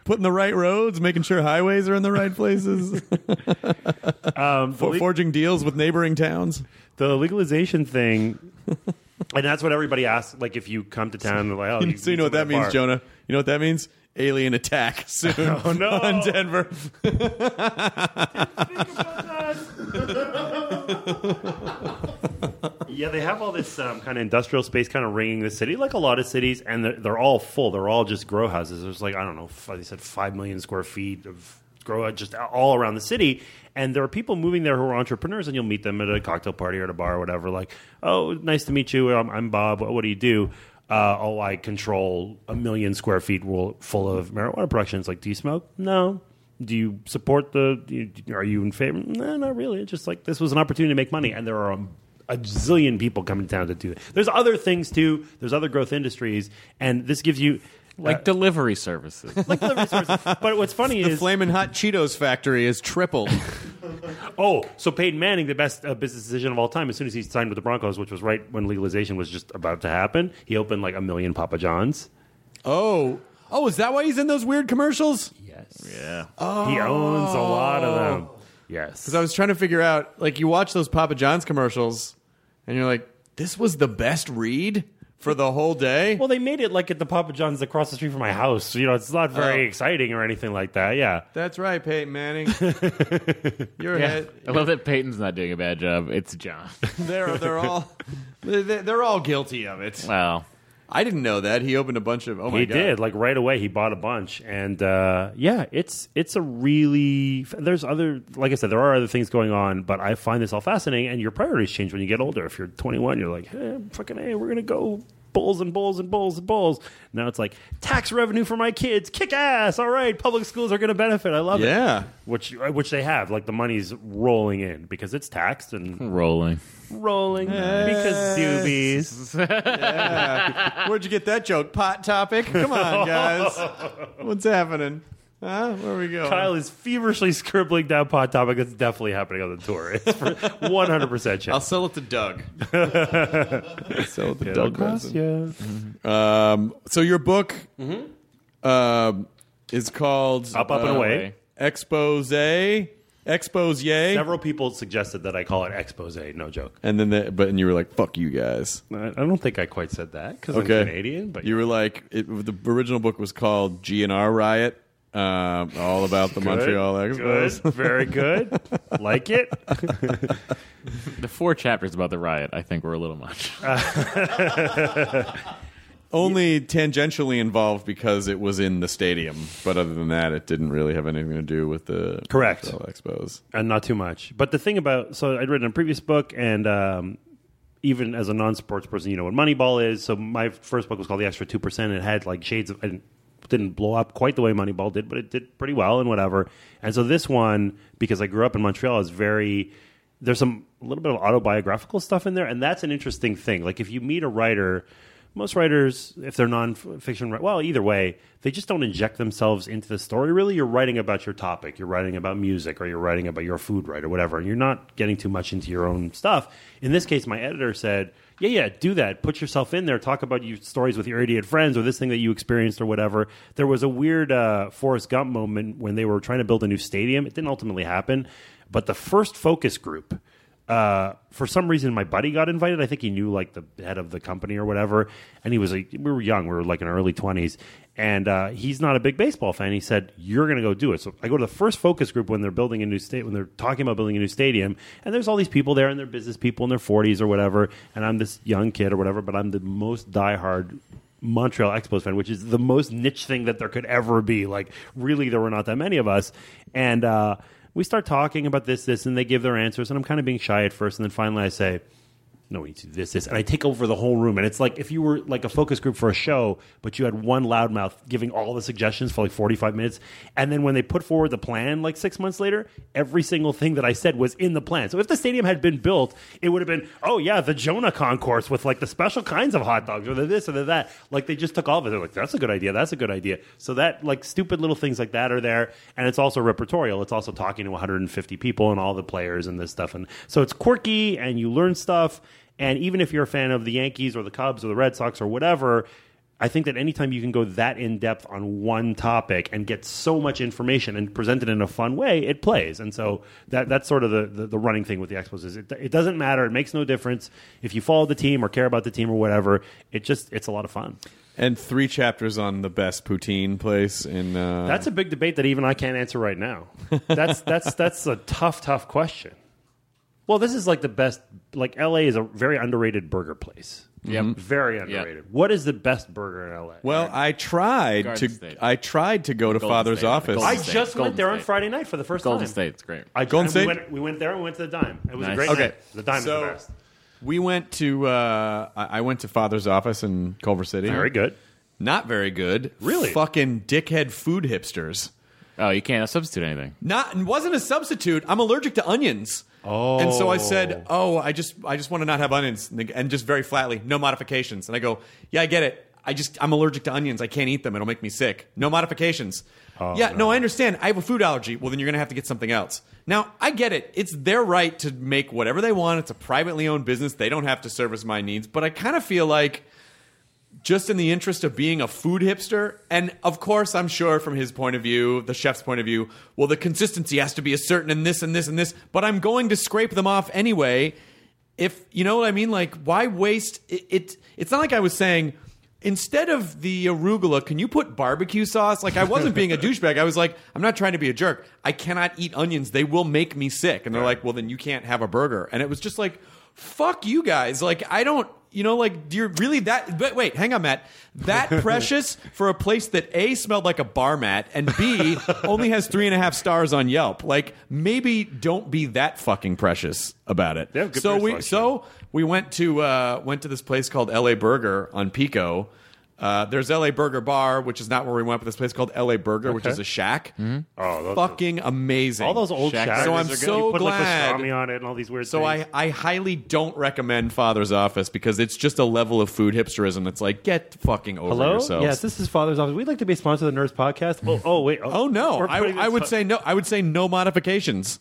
Speaker 4: Putting the right roads, making sure highways are in the right places.
Speaker 7: Um, the,
Speaker 4: For-
Speaker 7: le-
Speaker 4: forging deals with neighboring towns.
Speaker 7: the legalization thing, and that's what everybody asks. Like, if you come to town, they're like, oh,
Speaker 4: so you
Speaker 7: need
Speaker 4: know what
Speaker 7: some
Speaker 4: that
Speaker 7: of
Speaker 4: means,
Speaker 7: bar.
Speaker 4: Jonah. You know what that means? Alien attack soon
Speaker 7: Oh, no.
Speaker 4: on Denver.
Speaker 7: Yeah, they have all this um, kind of industrial space kind of ringing the city, like a lot of cities, and they're, they're all full. They're all just grow houses. There's like, I don't know, f- they said 5 million square feet of grow just all around the city. And there are people moving there who are entrepreneurs, and you'll meet them at a cocktail party or at a bar or whatever. Like, oh, nice to meet you. I'm, I'm Bob. What, what do you do? Uh, oh, I control a million square feet wo- full of marijuana production. It's like, do you smoke? No. Do you support the? do you- Are you in favor? No, not really. It's just like this was an opportunity to make money, and there are a a zillion people coming to town to do it. There's other things too. There's other growth industries, and this gives you
Speaker 8: like delivery services.
Speaker 7: like delivery services. But what's funny
Speaker 4: the
Speaker 7: is
Speaker 4: flaming hot Cheetos factory is tripled.
Speaker 7: oh, so Peyton Manning, the best uh, business decision of all time. As soon as he signed with the Broncos, which was right when legalization was just about to happen, he opened like a million Papa Johns.
Speaker 4: oh, oh, is that why he's in those weird commercials?
Speaker 7: Yes. Yeah.
Speaker 4: Oh.
Speaker 7: He owns a lot of them. Yes.
Speaker 4: Because I was trying to figure out, like, you watch those Papa John's commercials, and you're like, this was the best read for the whole day.
Speaker 7: Well, they made it like at the Papa John's across the street from my house. You know, it's not very
Speaker 4: Oh.
Speaker 7: exciting or anything like that. Yeah.
Speaker 4: That's right, Peyton Manning. you're
Speaker 8: Yeah.
Speaker 4: hit.
Speaker 8: I love that Peyton's not doing a bad job. It's John.
Speaker 4: They're they're all they- they're all guilty of it.
Speaker 8: Wow.
Speaker 4: I didn't know that he opened a bunch of. Oh my
Speaker 7: he
Speaker 4: god,
Speaker 7: did like right away he bought a bunch and uh, yeah it's it's a really there's other like i said there are other things going on but i find this all fascinating and your priorities change when you get older if you're 21 you're like hey, fucking hey we're gonna go bulls and bulls and bulls and bulls now it's like tax revenue for my kids kick ass all right public schools are gonna benefit i love it
Speaker 4: Yeah,
Speaker 7: which uh, which they have like the money's rolling in because it's taxed and
Speaker 8: Rolling.
Speaker 7: rolling because doobies
Speaker 4: where'd you get that joke? Pot topic. Come on, guys, what's happening? Huh? Where we go?
Speaker 7: Kyle is feverishly scribbling down pot topic. It's definitely happening on the tour. It's for 100%
Speaker 4: I'll
Speaker 7: chance.
Speaker 4: sell it to Doug. sell it to
Speaker 7: It'll
Speaker 4: Doug.
Speaker 7: cost
Speaker 4: Benson.
Speaker 7: you.
Speaker 4: Um, so your book um, is called
Speaker 7: Up, up, and
Speaker 4: uh,
Speaker 7: away.
Speaker 4: Expose. Expose.
Speaker 7: Several people suggested that I call it expose. No joke.
Speaker 4: And then, the, but and you were like, "Fuck you guys."
Speaker 7: I I don't think I quite said that because
Speaker 4: Okay.
Speaker 7: I'm Canadian. But
Speaker 4: you were like, it, the original book was called GNR Riot, um, all about the
Speaker 7: Good,
Speaker 4: Montreal
Speaker 7: good,
Speaker 4: Expos.
Speaker 7: very good. like it.
Speaker 8: The four chapters about the riot, I think, were a little much.
Speaker 4: Only tangentially involved because it was in the stadium, but other than that, it didn't really have anything to do with the
Speaker 7: Correct.
Speaker 4: Montreal Expos.
Speaker 7: and Uh, not too much. But the thing about so I'd written a previous book, and um, even as a non-sports person, you know what Moneyball is. So my first book was called The Extra Two Percent. It had like shades of. I didn't, didn't blow up quite the way Moneyball did, but it did pretty well and whatever. And so this one, because I grew up in Montreal, is very there's some a little bit of autobiographical stuff in there, and that's an interesting thing. Like if you meet a writer, most writers, if they're nonfiction, wri- well, either way, they just don't inject themselves into the story. Really, you're writing about your topic, you're writing about music, or you're writing about your food, right, or whatever, and you're not getting too much into your own stuff. In this case, my editor said, "Yeah, yeah, do that. Put yourself in there. Talk about your stories with your idiot friends, or this thing that you experienced, or whatever." There was a weird uh, Forrest Gump moment when they were trying to build a new stadium. It didn't ultimately happen, but the first focus group uh, for some reason my buddy got invited. I think he knew like the head of the company or whatever, and he was like, we were young, we were like in our early twenties, and uh, he's not a big baseball fan. He said, "You're gonna go do it." So I go to the first focus group when they're building a new state, when they're talking about building a new stadium, and there's all these people there, and they're business people in their forties or whatever, and I'm this young kid or whatever, but I'm the most diehard Montreal Expos fan, which is the most niche thing that there could ever be. Like, really, there were not that many of us. And uh, we start talking about this, this, and they give their answers. And I'm kind of being shy at first. And then finally, I say, no, we need to do this, this. And I take over the whole room. And it's like if you were like a focus group for a show, but you had one loudmouth giving all the suggestions for like 45 minutes. And then when they put forward the plan like six months later, every single thing that I said was in the plan. So if the stadium had been built, it would have been, oh, yeah, the Jonah concourse with like the special kinds of hot dogs or the this or the that. Like they just took all of it. They're like, that's a good idea. That's a good idea. So that like stupid little things like that are there. And it's also repertorial. It's also talking to 150 people and all the players and this stuff. And so it's quirky and you learn stuff And even if you're a fan of the Yankees or the Cubs or the Red Sox or whatever, I think that anytime you can go that in depth on one topic and get so much information and present it in a fun way, it plays. And so that that's sort of the, the, the running thing with the Expos is it, it doesn't matter. It makes no difference if you follow the team or care about the team or whatever. It just it's a lot of fun.
Speaker 4: And three chapters on the best poutine place in. Uh,
Speaker 7: That's a big debate that even I can't answer right now. That's that's that's a tough tough question. Well, this is like the best. Like L.A. is a very underrated burger place.
Speaker 8: Mm-hmm.
Speaker 7: Yeah, very underrated. What is the best burger in L.A.?
Speaker 4: well, I tried
Speaker 8: Garden
Speaker 4: to.
Speaker 8: State.
Speaker 4: I tried to go to
Speaker 8: Golden
Speaker 4: father's
Speaker 8: State.
Speaker 4: office.
Speaker 7: I
Speaker 8: Golden State.
Speaker 7: just went
Speaker 8: Golden
Speaker 7: there on
Speaker 8: State.
Speaker 7: Friday night for the first
Speaker 8: Golden
Speaker 7: time.
Speaker 8: State's great.
Speaker 7: I
Speaker 4: Golden
Speaker 7: and
Speaker 4: State?
Speaker 7: We went, we went there and we went to the Dime. It was a
Speaker 8: Nice.
Speaker 7: great
Speaker 8: Okay.
Speaker 7: night. The Dime is
Speaker 4: so
Speaker 7: the best.
Speaker 4: we went to. Uh, I I went to father's office in Culver City.
Speaker 7: Very good.
Speaker 4: Not very good.
Speaker 7: Really?
Speaker 4: Fucking dickhead food hipsters.
Speaker 8: Oh, you can't substitute anything.
Speaker 4: Not and wasn't a substitute. I'm allergic to onions. Oh. And so I said, "Oh, I just I just want to not have onions." And, they- and just very flatly, "No modifications." And I go, "Yeah, I get it. I just I'm allergic to onions. I can't eat them. It'll make me sick. No modifications." yeah, Oh, no. I understand. I have a food allergy. Well, then you're going to have to get something else. Now, I get it. It's their right to make whatever they want. It's a privately owned business. They don't have to service my needs, but I kind of feel like just in the interest of being a food hipster. And of course, I'm sure from his point of view, the chef's point of view, well, the consistency has to be a certain and this and this and this, but I'm going to scrape them off anyway. If you know what I mean, like, why waste it? it it's not like I was saying, instead of the arugula, can you put barbecue sauce? Like, I wasn't being a douchebag. I was like, I'm not trying to be a jerk. I cannot eat onions. They will make me sick. And they're like, well, then you can't have a burger. And it was just like, fuck you guys. Like, I don't, you know, like, do you really that? But wait, hang on, Matt. That precious for a place that A, smelled like a bar mat, and B, only has three and a half stars on Yelp. Like, maybe don't be that fucking precious about it.
Speaker 7: They have good
Speaker 4: so
Speaker 7: beer
Speaker 4: we,
Speaker 7: selection.
Speaker 4: so we went to, uh, went to this place called LA Burger on Pico. Uh, there's LA Burger Bar, which is not where we went, but this place called LA Burger, which
Speaker 7: Okay.
Speaker 4: is a shack.
Speaker 7: Oh, those-
Speaker 4: Fucking amazing.
Speaker 7: All those old
Speaker 8: Shack
Speaker 7: shacks.
Speaker 4: So I'm
Speaker 7: You
Speaker 4: so
Speaker 7: put
Speaker 4: glad.
Speaker 7: Like pastrami on it and all these weird.
Speaker 4: So I,
Speaker 7: things.
Speaker 4: I highly don't recommend Father's Office because it's just a level of food hipsterism that's like, get fucking over
Speaker 7: Hello.
Speaker 4: yourselves.
Speaker 7: Yes, this is Father's office. We'd like to be a sponsor of the Nerds Podcast. Oh, oh wait.
Speaker 4: Oh no!
Speaker 7: We're
Speaker 4: I,
Speaker 7: putting
Speaker 4: I
Speaker 7: this
Speaker 4: would
Speaker 7: on-
Speaker 4: say no. I would say no modifications.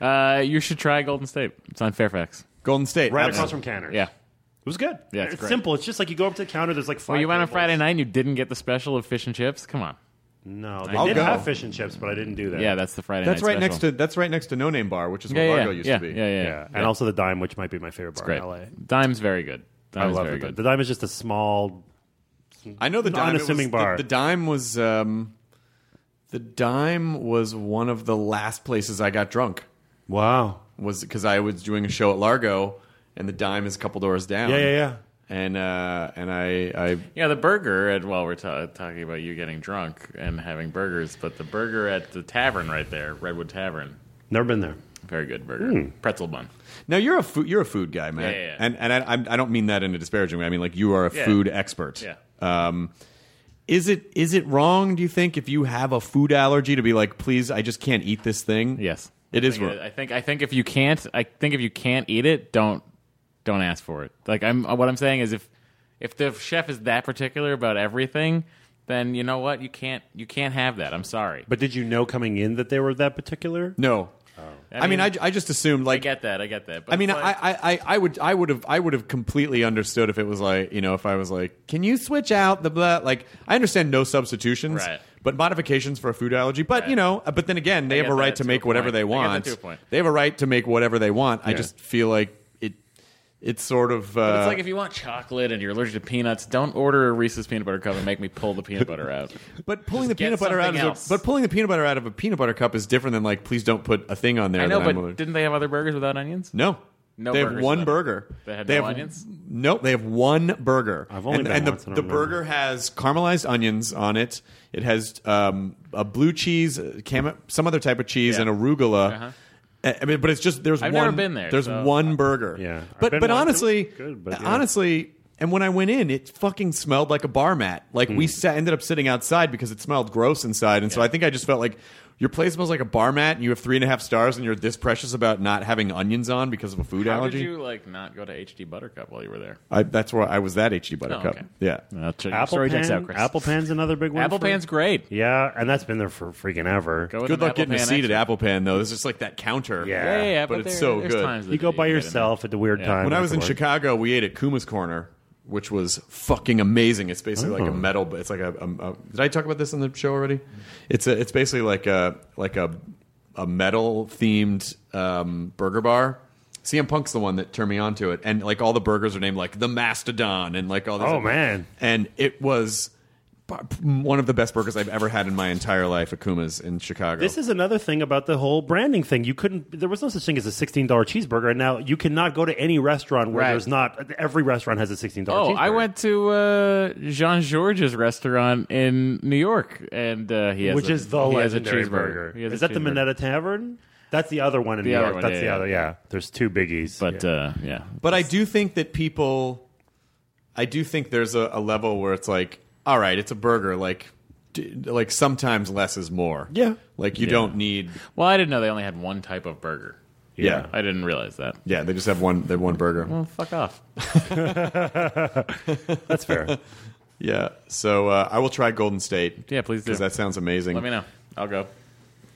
Speaker 8: Uh, you should try Golden State. It's on Fairfax.
Speaker 4: Golden State,
Speaker 7: right
Speaker 4: abs-
Speaker 7: across from Canner.
Speaker 8: Yeah.
Speaker 7: It was good.
Speaker 8: Yeah, it's
Speaker 7: it's,
Speaker 8: great.
Speaker 7: simple. It's just like you go up to the counter. There's like five.
Speaker 8: Well, you went on
Speaker 7: tables.
Speaker 8: Friday night and you didn't get the special of fish and chips. Come on.
Speaker 7: No, they
Speaker 8: I'll
Speaker 7: did
Speaker 4: go.
Speaker 7: have fish and chips, but I didn't do that.
Speaker 8: Yeah, that's the Friday
Speaker 4: That's
Speaker 8: night.
Speaker 4: right next
Speaker 8: special.
Speaker 4: to that's right next to No Name Bar, which is
Speaker 8: Yeah,
Speaker 4: where
Speaker 8: yeah,
Speaker 4: Argo
Speaker 8: yeah,
Speaker 4: used
Speaker 8: yeah,
Speaker 4: to be.
Speaker 8: yeah, yeah,
Speaker 7: yeah.
Speaker 8: yeah.
Speaker 7: And also the Dime, which might be my favorite bar
Speaker 8: Great.
Speaker 7: in LA.
Speaker 8: Dime's very good.
Speaker 7: I
Speaker 8: Dime's
Speaker 7: love
Speaker 8: very
Speaker 7: the Dime.
Speaker 8: good.
Speaker 7: The Dime is just a small.
Speaker 4: I know the
Speaker 7: An
Speaker 4: dime. it was-
Speaker 7: unassuming bar.
Speaker 4: The, the dime was um, the dime was one of the last places I got drunk.
Speaker 7: Wow.
Speaker 4: Was because I was doing a show at Largo, and the dime is a couple doors down.
Speaker 7: Yeah, yeah, yeah.
Speaker 4: And uh, and I I
Speaker 8: Yeah, the burger at well, we're ta- talking about you getting drunk and having burgers, but the burger at the tavern right there, Redwood Tavern,
Speaker 7: Never been there.
Speaker 8: very good burger,
Speaker 4: Hmm.
Speaker 8: pretzel bun.
Speaker 4: Now you're a food you're a food guy, man,
Speaker 8: Yeah, yeah, yeah.
Speaker 4: and and I, I'm- I don't mean that in a disparaging way. I mean like you are a
Speaker 8: Yeah.
Speaker 4: food expert.
Speaker 8: Yeah.
Speaker 4: Um, is it is it wrong? Do you think if you have a food allergy to be like, please, I just can't eat this thing?
Speaker 8: Yes,
Speaker 4: It
Speaker 8: I
Speaker 4: is
Speaker 8: think-
Speaker 4: wrong.
Speaker 8: I think I think if you can't, I think if you can't eat it, don't don't ask for it. Like I'm, uh, what I'm saying is if if the chef is that particular about everything, then you know what, you can't you can't have that. I'm sorry.
Speaker 7: But did you know coming in that they were that particular?
Speaker 4: No. I mean, I, I just assumed
Speaker 8: Uh, I
Speaker 4: like
Speaker 8: get that. I get that. But
Speaker 4: I mean,
Speaker 8: it's
Speaker 4: I,
Speaker 8: like-
Speaker 4: I, I, I would, I would have, I would have completely understood if it was like, you know, if I was like, can you switch out the blah? Like, I understand no substitutions,
Speaker 8: Right.
Speaker 4: but modifications for a food allergy. But you
Speaker 8: Right.
Speaker 4: know, but then again, they
Speaker 8: I
Speaker 4: have
Speaker 8: get
Speaker 4: a right
Speaker 8: that
Speaker 4: to
Speaker 8: to
Speaker 4: make
Speaker 8: a
Speaker 4: whatever
Speaker 8: point.
Speaker 4: they
Speaker 8: I get that
Speaker 4: want.
Speaker 8: to a point.
Speaker 4: They have a right to make whatever they want. I
Speaker 7: Yeah.
Speaker 4: just feel like it, it's sort of. Uh,
Speaker 8: But it's like if you want chocolate and you're allergic to peanuts, don't order a Reese's peanut butter cup and make me pull the peanut butter out.
Speaker 4: but pulling the
Speaker 8: just get
Speaker 4: peanut butter out,
Speaker 8: something
Speaker 4: of
Speaker 8: else.
Speaker 4: but pulling the peanut butter out of a peanut butter cup is different than like, please don't put a thing on there.
Speaker 8: I know,
Speaker 4: that
Speaker 8: but
Speaker 4: I'm allergic-
Speaker 8: didn't they have other burgers without onions?
Speaker 4: No.
Speaker 8: No
Speaker 4: they have
Speaker 8: burgers
Speaker 4: one
Speaker 8: left.
Speaker 4: burger.
Speaker 8: They had
Speaker 4: they
Speaker 8: no
Speaker 4: have,
Speaker 8: onions?
Speaker 4: Nope, they have one burger.
Speaker 7: I've only
Speaker 4: and,
Speaker 7: been
Speaker 4: and
Speaker 7: once, I
Speaker 4: the,
Speaker 7: don't
Speaker 4: the
Speaker 7: remember.
Speaker 4: burger has caramelized onions on it. It has um, a blue cheese, uh, cam- some other type of cheese,
Speaker 8: Yeah. Uh-huh.
Speaker 4: and arugula. I I mean, but it's just there's
Speaker 8: I've
Speaker 4: one.
Speaker 8: never been there,
Speaker 4: There's
Speaker 8: so-
Speaker 4: one burger.
Speaker 7: Yeah. I've
Speaker 4: but
Speaker 7: been
Speaker 4: but
Speaker 7: once. It was
Speaker 4: honestly,
Speaker 7: good, but yeah.
Speaker 4: honestly, and when I went in, it fucking
Speaker 8: Hmm.
Speaker 4: smelled like a bar mat. Like we sat, ended up sitting outside because it smelled gross inside, and so I think I just felt like your place smells like a bar mat, and you have three and a half stars, and you're this precious about not having onions on because of a food
Speaker 8: How did
Speaker 4: allergy.
Speaker 8: you like not go to HD Buttercup while you were there?
Speaker 4: I, that's where I was. That HD Buttercup.
Speaker 8: Oh, okay. Uh,
Speaker 4: Yeah.
Speaker 7: Apple
Speaker 10: Story
Speaker 7: Pan,
Speaker 10: checks out, Chris.
Speaker 7: Apple Pan's another big one.
Speaker 8: Apple
Speaker 7: for-
Speaker 8: Pan's great.
Speaker 7: Yeah, and that's been there for freaking ever.
Speaker 8: Go with
Speaker 4: Good
Speaker 8: an
Speaker 4: luck
Speaker 8: Apple
Speaker 4: getting a
Speaker 8: Pan
Speaker 4: seat at
Speaker 8: extra.
Speaker 4: Apple Pan though. This is like that counter.
Speaker 7: Yeah.
Speaker 8: Yeah, yeah, yeah,
Speaker 4: But
Speaker 8: but,
Speaker 4: it's
Speaker 8: there-
Speaker 4: so
Speaker 8: there's
Speaker 4: good.
Speaker 8: times that
Speaker 7: You go
Speaker 8: get
Speaker 7: by
Speaker 8: in there.
Speaker 7: yourself at the weird time.
Speaker 4: When I was in
Speaker 7: afterwards.
Speaker 4: Chicago, we ate at Kuma's Corner, which was fucking amazing. It's basically
Speaker 7: Oh.
Speaker 4: like a metal. It's like a, a, a- Did I talk about this in the show already? It's a. It's basically like a like a a metal themed um, burger bar. CM Punk's the one that turned me on to it, and like all the burgers are named like the Mastodon and like all. These
Speaker 7: Oh, man.
Speaker 4: And it was p- one of the best burgers I've ever had in my entire life at Kuma's in Chicago.
Speaker 7: This is another thing about the whole branding thing. You couldn't. There was no such thing as a sixteen dollar cheeseburger, and now you cannot go to any restaurant where
Speaker 8: Right.
Speaker 7: there's not. Every restaurant has a sixteen dollar.
Speaker 8: Oh,
Speaker 7: cheeseburger.
Speaker 8: I went to uh, Jean Georges restaurant in New York, and uh, he has
Speaker 7: which
Speaker 8: a,
Speaker 7: is the
Speaker 8: he has a
Speaker 7: legendary
Speaker 8: cheeseburger. He has
Speaker 7: Is
Speaker 8: a
Speaker 7: that the
Speaker 8: cheeseburger.
Speaker 7: Minetta Tavern? That's the other one in
Speaker 8: The
Speaker 7: New
Speaker 8: other
Speaker 7: York.
Speaker 8: one,
Speaker 7: That's
Speaker 8: yeah,
Speaker 7: the
Speaker 8: yeah.
Speaker 7: other. Yeah, there's two biggies.
Speaker 8: But yeah. Uh, yeah,
Speaker 4: But I do think that people, I do think there's a, a level where it's like, all right, it's a burger. Like, d- like sometimes less is more.
Speaker 7: Yeah.
Speaker 4: Like you don't need.
Speaker 8: well, I didn't know they only had one type of burger.
Speaker 4: Yeah.
Speaker 8: I didn't realize that.
Speaker 4: Yeah, they just have one. They have one burger.
Speaker 8: Well, fuck off.
Speaker 7: that's fair.
Speaker 4: Yeah. So uh, I will try Golden State.
Speaker 8: Yeah, please do.
Speaker 4: Because that sounds amazing.
Speaker 8: Let me know. I'll go.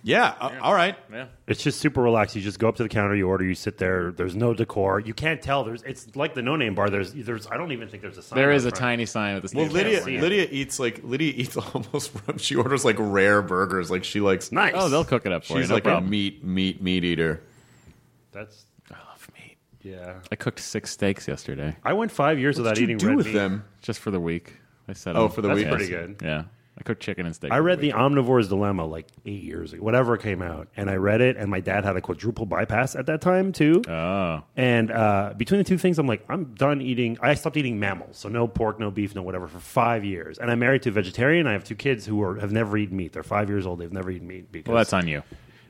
Speaker 4: Yeah. uh, all right.
Speaker 8: Yeah.
Speaker 7: It's just super relaxed. You just go up to the counter, you order, you sit there. There's no decor. You can't tell. There's. It's like the no name bar. There's. There's. I don't even think there's a sign.
Speaker 8: There
Speaker 7: out
Speaker 8: is a
Speaker 7: front.
Speaker 8: tiny sign with the
Speaker 4: Well,
Speaker 8: Steve
Speaker 4: Lydia,
Speaker 8: Jobs one.
Speaker 4: Lydia eats like Lydia eats almost. She orders like rare burgers. Like she likes.
Speaker 7: Nice.
Speaker 8: Oh, they'll cook it up for you.
Speaker 4: She's
Speaker 8: no
Speaker 4: like a
Speaker 8: problem.
Speaker 4: meat, meat, meat eater.
Speaker 7: That's.
Speaker 8: I love meat.
Speaker 7: Yeah.
Speaker 8: I cooked six steaks yesterday
Speaker 7: I went five years
Speaker 4: What
Speaker 7: without
Speaker 4: did you
Speaker 7: eating
Speaker 4: do
Speaker 7: red
Speaker 4: with
Speaker 7: meat.
Speaker 4: them?
Speaker 8: just for the week. I said,
Speaker 4: Oh, for the
Speaker 7: That's
Speaker 4: week.
Speaker 7: pretty good.
Speaker 8: Yeah, I cooked chicken and steak.
Speaker 7: I
Speaker 8: for
Speaker 7: read the
Speaker 8: week.
Speaker 7: Omnivore's Dilemma like eight years ago, whatever it came out, and I read it. And my dad had a quadruple bypass at that time too.
Speaker 8: Oh,
Speaker 7: And uh, between the two things, I'm like, I'm done eating. I stopped eating mammals, so no pork, no beef, no whatever, for five years. And I'm married to a vegetarian. I have two kids who are, have never eaten meat. They're five years old. They've never eaten meat because
Speaker 8: well, that's on you.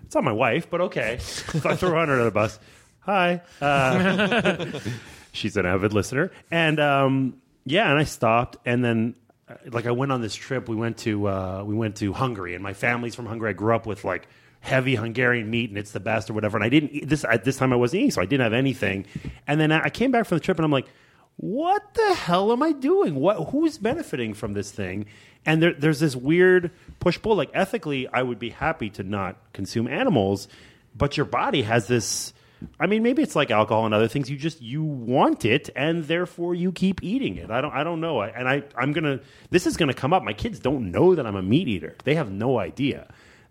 Speaker 7: it's on my wife, but okay. so I threw her under the bus. Hi. Uh, she's an avid listener. And um, yeah, and I stopped. And then, uh, like, I went on this trip. We went to uh, we went to Hungary, and my family's from Hungary. I grew up with like heavy Hungarian meat, and it's the best or whatever. And I didn't eat this at this time. I wasn't eating, so I didn't have anything. And then I I came back from the trip, and I'm like. What the hell am I doing? What who's benefiting from this thing? and there, there's this weird push pull. Like ethically, I would be happy to not consume animals, but your body has this. I mean, maybe it's like alcohol and other things. You just you want it, and therefore you keep eating it. I don't. I don't know. I, and I I'm gonna. This is gonna come up. My kids don't know that I'm a meat eater. They have no idea.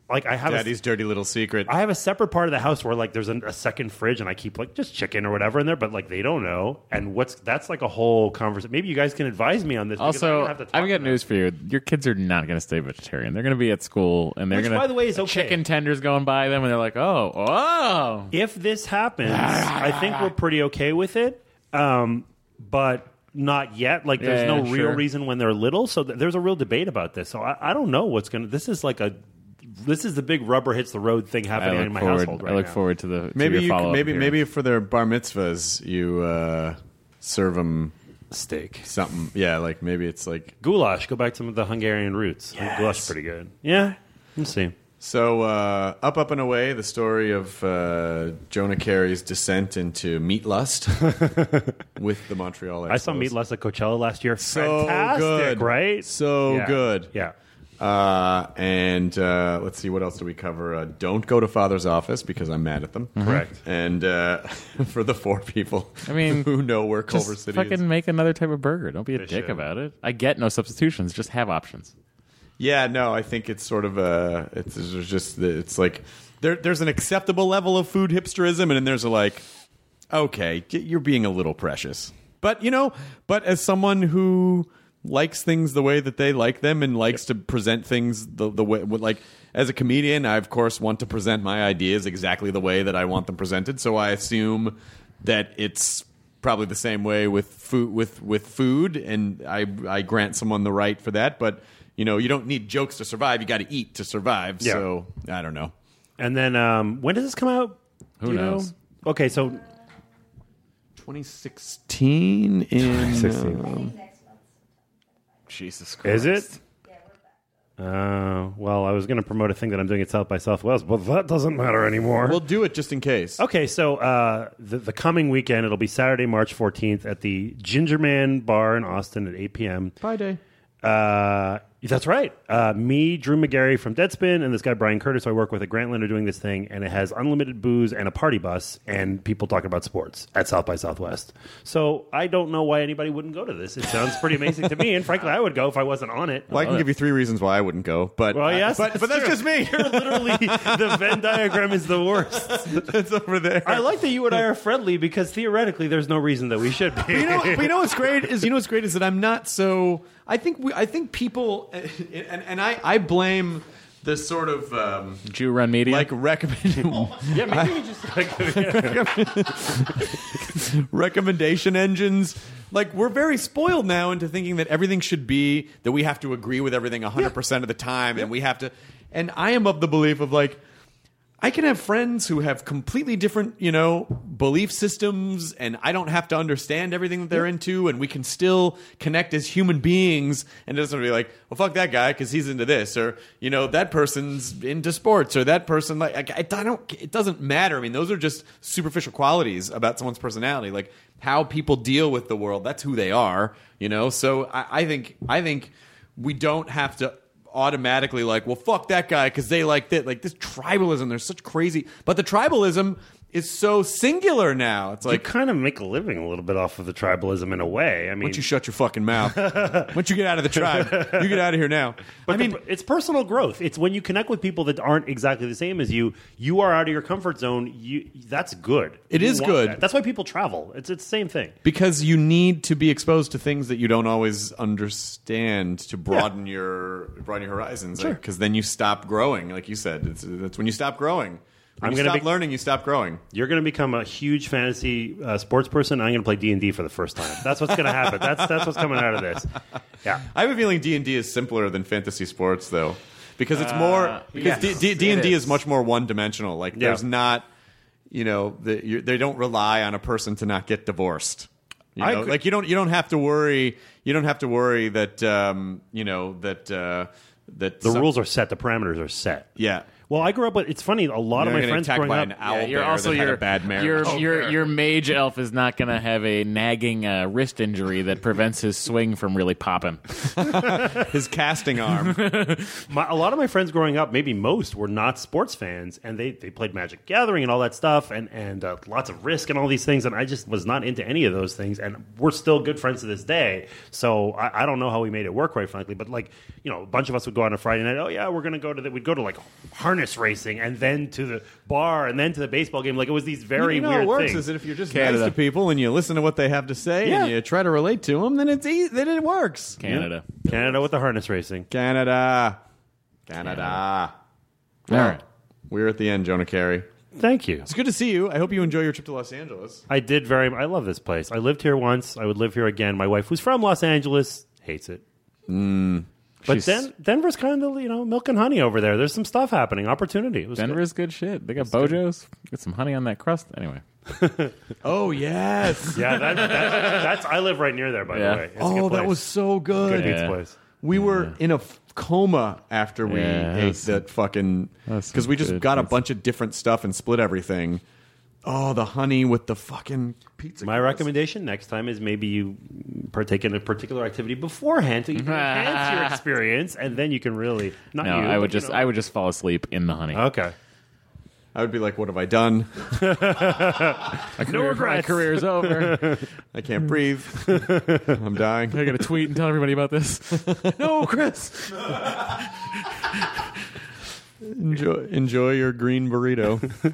Speaker 7: Like I have. a-
Speaker 4: Daddy's dirty little secret.
Speaker 7: I have a separate part of the house where like there's a, a second fridge and I keep like just chicken or whatever in there, but like they don't know. And what's that's like a whole conversation. Maybe you guys can advise me on this. because I
Speaker 8: Also,
Speaker 7: don't have to talk
Speaker 8: I've
Speaker 7: to
Speaker 8: got
Speaker 7: them.
Speaker 8: news for you. Your kids are not going to stay vegetarian. They're going to be at school, and they're
Speaker 7: Which,
Speaker 8: going to.
Speaker 7: by the way, is
Speaker 8: a
Speaker 7: okay.
Speaker 8: Chicken tenders going by them, and they're like, "Oh, oh."
Speaker 7: if this happens, I think we're pretty okay with it. Um, but not yet. Like, there's
Speaker 8: Yeah,
Speaker 7: no
Speaker 8: yeah,
Speaker 7: real
Speaker 8: sure.
Speaker 7: reason when they're little. So th- there's a real debate about this. So I, I don't know what's gonna. This is like a. This is the big rubber hits the road thing
Speaker 8: I
Speaker 7: happening
Speaker 8: look
Speaker 7: in my
Speaker 8: forward.
Speaker 7: household right
Speaker 8: I look
Speaker 7: now.
Speaker 8: forward to the to
Speaker 4: Maybe
Speaker 8: your
Speaker 4: you
Speaker 8: follow-up
Speaker 4: could, maybe
Speaker 8: appearance.
Speaker 4: maybe for their bar mitzvahs you uh, serve them
Speaker 7: steak
Speaker 4: something. Yeah, like maybe it's like
Speaker 7: goulash. Go back to some of the Hungarian roots. I think Goulash is pretty good. Yeah, let's see.
Speaker 4: so. Uh, up, up and away. The story of uh, Jonah Carey's descent into meat lust with the Montreal. Expos.
Speaker 7: I saw Meat Less at Coachella last year.
Speaker 4: So
Speaker 7: Fantastic,
Speaker 4: good.
Speaker 7: right?
Speaker 4: So
Speaker 7: Yeah.
Speaker 4: good.
Speaker 7: Yeah.
Speaker 4: Uh, and uh, let's see, what else do we cover? Uh, don't go to father's office because I'm mad at them.
Speaker 7: Mm-hmm. Correct.
Speaker 4: And uh, for the four people
Speaker 8: I mean,
Speaker 4: who know where
Speaker 8: Just
Speaker 4: Culver City
Speaker 8: fucking
Speaker 4: is.
Speaker 8: make another type of burger. Don't be a
Speaker 7: They
Speaker 8: dick
Speaker 7: should.
Speaker 8: about it. I get no substitutions. Just have options.
Speaker 4: Yeah, no, I think it's sort of a. It's, there's just it's like there, there's an acceptable level of food hipsterism, and then there's a like, okay, y- you're being a little precious, but you know, but as someone who likes things the way that they like them and likes to present things the the way with, like as a comedian, I of course want to present my ideas exactly the way that I want them presented, so I assume that it's probably the same way with food with with food and I I grant someone the right for that but you know you don't need jokes to survive you got to eat to survive
Speaker 7: Yeah.
Speaker 4: so I don't know
Speaker 7: And then um, when does this come out?
Speaker 8: Who
Speaker 7: Do you know?
Speaker 8: knows?
Speaker 7: Okay, so
Speaker 4: 2016 in um,
Speaker 7: Sixteen.
Speaker 8: Jesus
Speaker 7: Is it? Uh, well, I was going to promote a thing that I'm doing at South by Southwest, but that doesn't matter anymore.
Speaker 4: We'll do it just in case.
Speaker 7: Okay, so uh, the, the coming weekend, it'll be Saturday, March 14th at the Gingerman Bar in Austin at 8 p.m.
Speaker 4: Bye day.
Speaker 7: Uh, that's right. Uh, me, Drew McGarry from Deadspin, and this guy Brian Curtis who I work with at Grantland are doing this thing, and it has unlimited booze and a party bus and people talking about sports at South by Southwest. So I don't know why anybody wouldn't go to this. It sounds pretty amazing to me, and frankly, I would go if I wasn't on it.
Speaker 4: Well, I can give you three reasons why I wouldn't go, but
Speaker 7: Oh, Well, yes,
Speaker 4: but, but that's
Speaker 7: true.
Speaker 4: just me.
Speaker 7: You're literally the Venn diagram is the worst.
Speaker 4: it's over there.
Speaker 7: I like that you and I are friendly because theoretically, there's no reason that we should be.
Speaker 4: But you know, but you know what's great is you know what's great is that I'm not so. I think we, I think people, and and I I blame this sort of um,
Speaker 10: Jew run media.
Speaker 4: like recommend
Speaker 7: yeah, maybe we just
Speaker 4: recommendation engines. Like we're very spoiled now into thinking that everything should be that we have to agree with everything 100% of the time and we have to and I am of the belief of like I can have friends who have completely different, you know, belief systems and I don't have to understand everything that they're into and we can still connect as human beings and it doesn't be like, well fuck that guy cuz he's into this or you know that person's into sports or that person like I, I don't it doesn't matter. I mean, those are just superficial qualities about someone's personality. Like how people deal with the world. That's who they are, you know. So I, I think I think we don't have to automatically like, well, fuck that guy because they like that. Like this tribalism, there's such crazy. But the tribalism is so singular now. It's
Speaker 7: you
Speaker 4: like,
Speaker 7: kind of make a living a little bit off of the tribalism in a way. I mean,
Speaker 4: why don't you shut your fucking mouth? why don't you get out of the tribe? You get out of here now.
Speaker 7: But
Speaker 4: I
Speaker 7: the-
Speaker 4: mean,
Speaker 7: it's personal growth. It's when you connect with people that aren't exactly the same as you. You are out of your comfort zone. You that's good.
Speaker 4: It
Speaker 7: It
Speaker 4: is
Speaker 7: is
Speaker 4: good.
Speaker 7: That's why people travel. It's it's the same thing.
Speaker 4: because you need to be exposed to things that you don't always understand to broaden your broaden your horizons because then you stop growing like you said it's, that's when you stop growing when
Speaker 7: I'm
Speaker 4: you
Speaker 7: gonna
Speaker 4: stop
Speaker 7: be-
Speaker 4: learning you stop growing
Speaker 7: You're going to become a huge fantasy uh, sports person. And I'm going to play D and D for the first time. That's what's going to happen. that's that's what's coming out of this. Yeah.
Speaker 4: i have a feeling d&d is simpler than fantasy sports though because
Speaker 7: Uh,
Speaker 4: it's more because
Speaker 10: yes,
Speaker 4: D, D,
Speaker 10: it
Speaker 4: d&d is.
Speaker 10: is.
Speaker 4: much more one-dimensional like
Speaker 7: Yeah.
Speaker 4: there's not you know the, you, they don't rely on a person to not get divorced you
Speaker 7: I
Speaker 4: know?
Speaker 7: agree.
Speaker 4: like you don't you don't have to worry you don't have to worry that um, you know that uh, that
Speaker 7: The rules are set. The parameters are set.
Speaker 4: yeah
Speaker 7: Well, I grew up with. It's funny. A
Speaker 4: You're
Speaker 7: lot of my
Speaker 4: gonna
Speaker 7: friends
Speaker 4: attacked
Speaker 7: growing
Speaker 4: by
Speaker 7: up.
Speaker 4: an owl
Speaker 10: Yeah, you're
Speaker 4: bear
Speaker 10: also
Speaker 4: that
Speaker 10: your
Speaker 4: had a bad marriage.
Speaker 10: your
Speaker 4: Oh,
Speaker 10: your
Speaker 4: bear.
Speaker 10: your mage elf is not going to have a nagging uh, wrist injury that prevents his swing from really popping.
Speaker 4: his casting arm.
Speaker 7: my, a lot of my friends growing up, maybe most, were not sports fans, and they, they played Magic Gathering and all that stuff, and and uh, lots of Risk and all these things, and I just was not into any of those things, and we're still good friends to this day. So I, I don't know how we made it work, quite frankly. But like you know, a bunch of us would go on a Friday night. Oh yeah, we're gonna go to the, we'd go to like harness racing, and then to the bar, and then to the baseball game. Like it was these very
Speaker 4: you know how
Speaker 7: weird
Speaker 4: it works
Speaker 7: things.
Speaker 4: is that if you're just
Speaker 10: Canada.
Speaker 4: nice to people and you listen to what they have to say
Speaker 7: Yeah.
Speaker 4: and you try to relate to them, then it's easy, then it works.
Speaker 10: Canada.
Speaker 7: Canada with the harness racing.
Speaker 4: Canada, Canada.
Speaker 10: All right.
Speaker 4: We're at the end, Jonah Carey.
Speaker 7: Thank you.
Speaker 4: It's good to see you. I hope you enjoy your trip to Los Angeles.
Speaker 7: I did very. I love this place. I lived here once. I would live here again. My wife, who's from Los Angeles, hates it. But
Speaker 10: She's-
Speaker 7: Den- Denver's kind of you know milk and honey over there. There's some stuff happening. Opportunity. It was good.
Speaker 10: Denver's good shit. They got Bojos. Get some honey on that crust. Anyway,
Speaker 4: Oh yes.
Speaker 7: Yeah, that, that, that's. I live right near there, by
Speaker 10: Yeah.
Speaker 7: the way. It's a good
Speaker 4: oh, that
Speaker 7: place.
Speaker 4: was so good.
Speaker 7: good pizza place.
Speaker 4: We were in a f- coma after we
Speaker 10: Yeah,
Speaker 4: ate
Speaker 10: that's-
Speaker 4: that fucking
Speaker 10: that's
Speaker 4: because we just
Speaker 10: good
Speaker 4: got a
Speaker 10: pizza.
Speaker 4: bunch of different stuff and split everything. Oh, the honey with the fucking pizza.
Speaker 7: My
Speaker 4: crust.
Speaker 7: recommendation next time is maybe you partake in a particular activity beforehand to even enhance your experience, and then you can really not
Speaker 10: no,
Speaker 7: you.
Speaker 10: I
Speaker 7: but,
Speaker 10: would
Speaker 7: you
Speaker 10: just
Speaker 7: know.
Speaker 10: I would just fall asleep in the honey.
Speaker 7: okay.
Speaker 4: I would be like, "What have I done?
Speaker 10: My career, my
Speaker 7: regrets.
Speaker 10: career's over.
Speaker 4: I can't breathe. I'm dying."
Speaker 10: I got to tweet and tell everybody about this. no, Chris.
Speaker 4: Enjoy, enjoy your green burrito.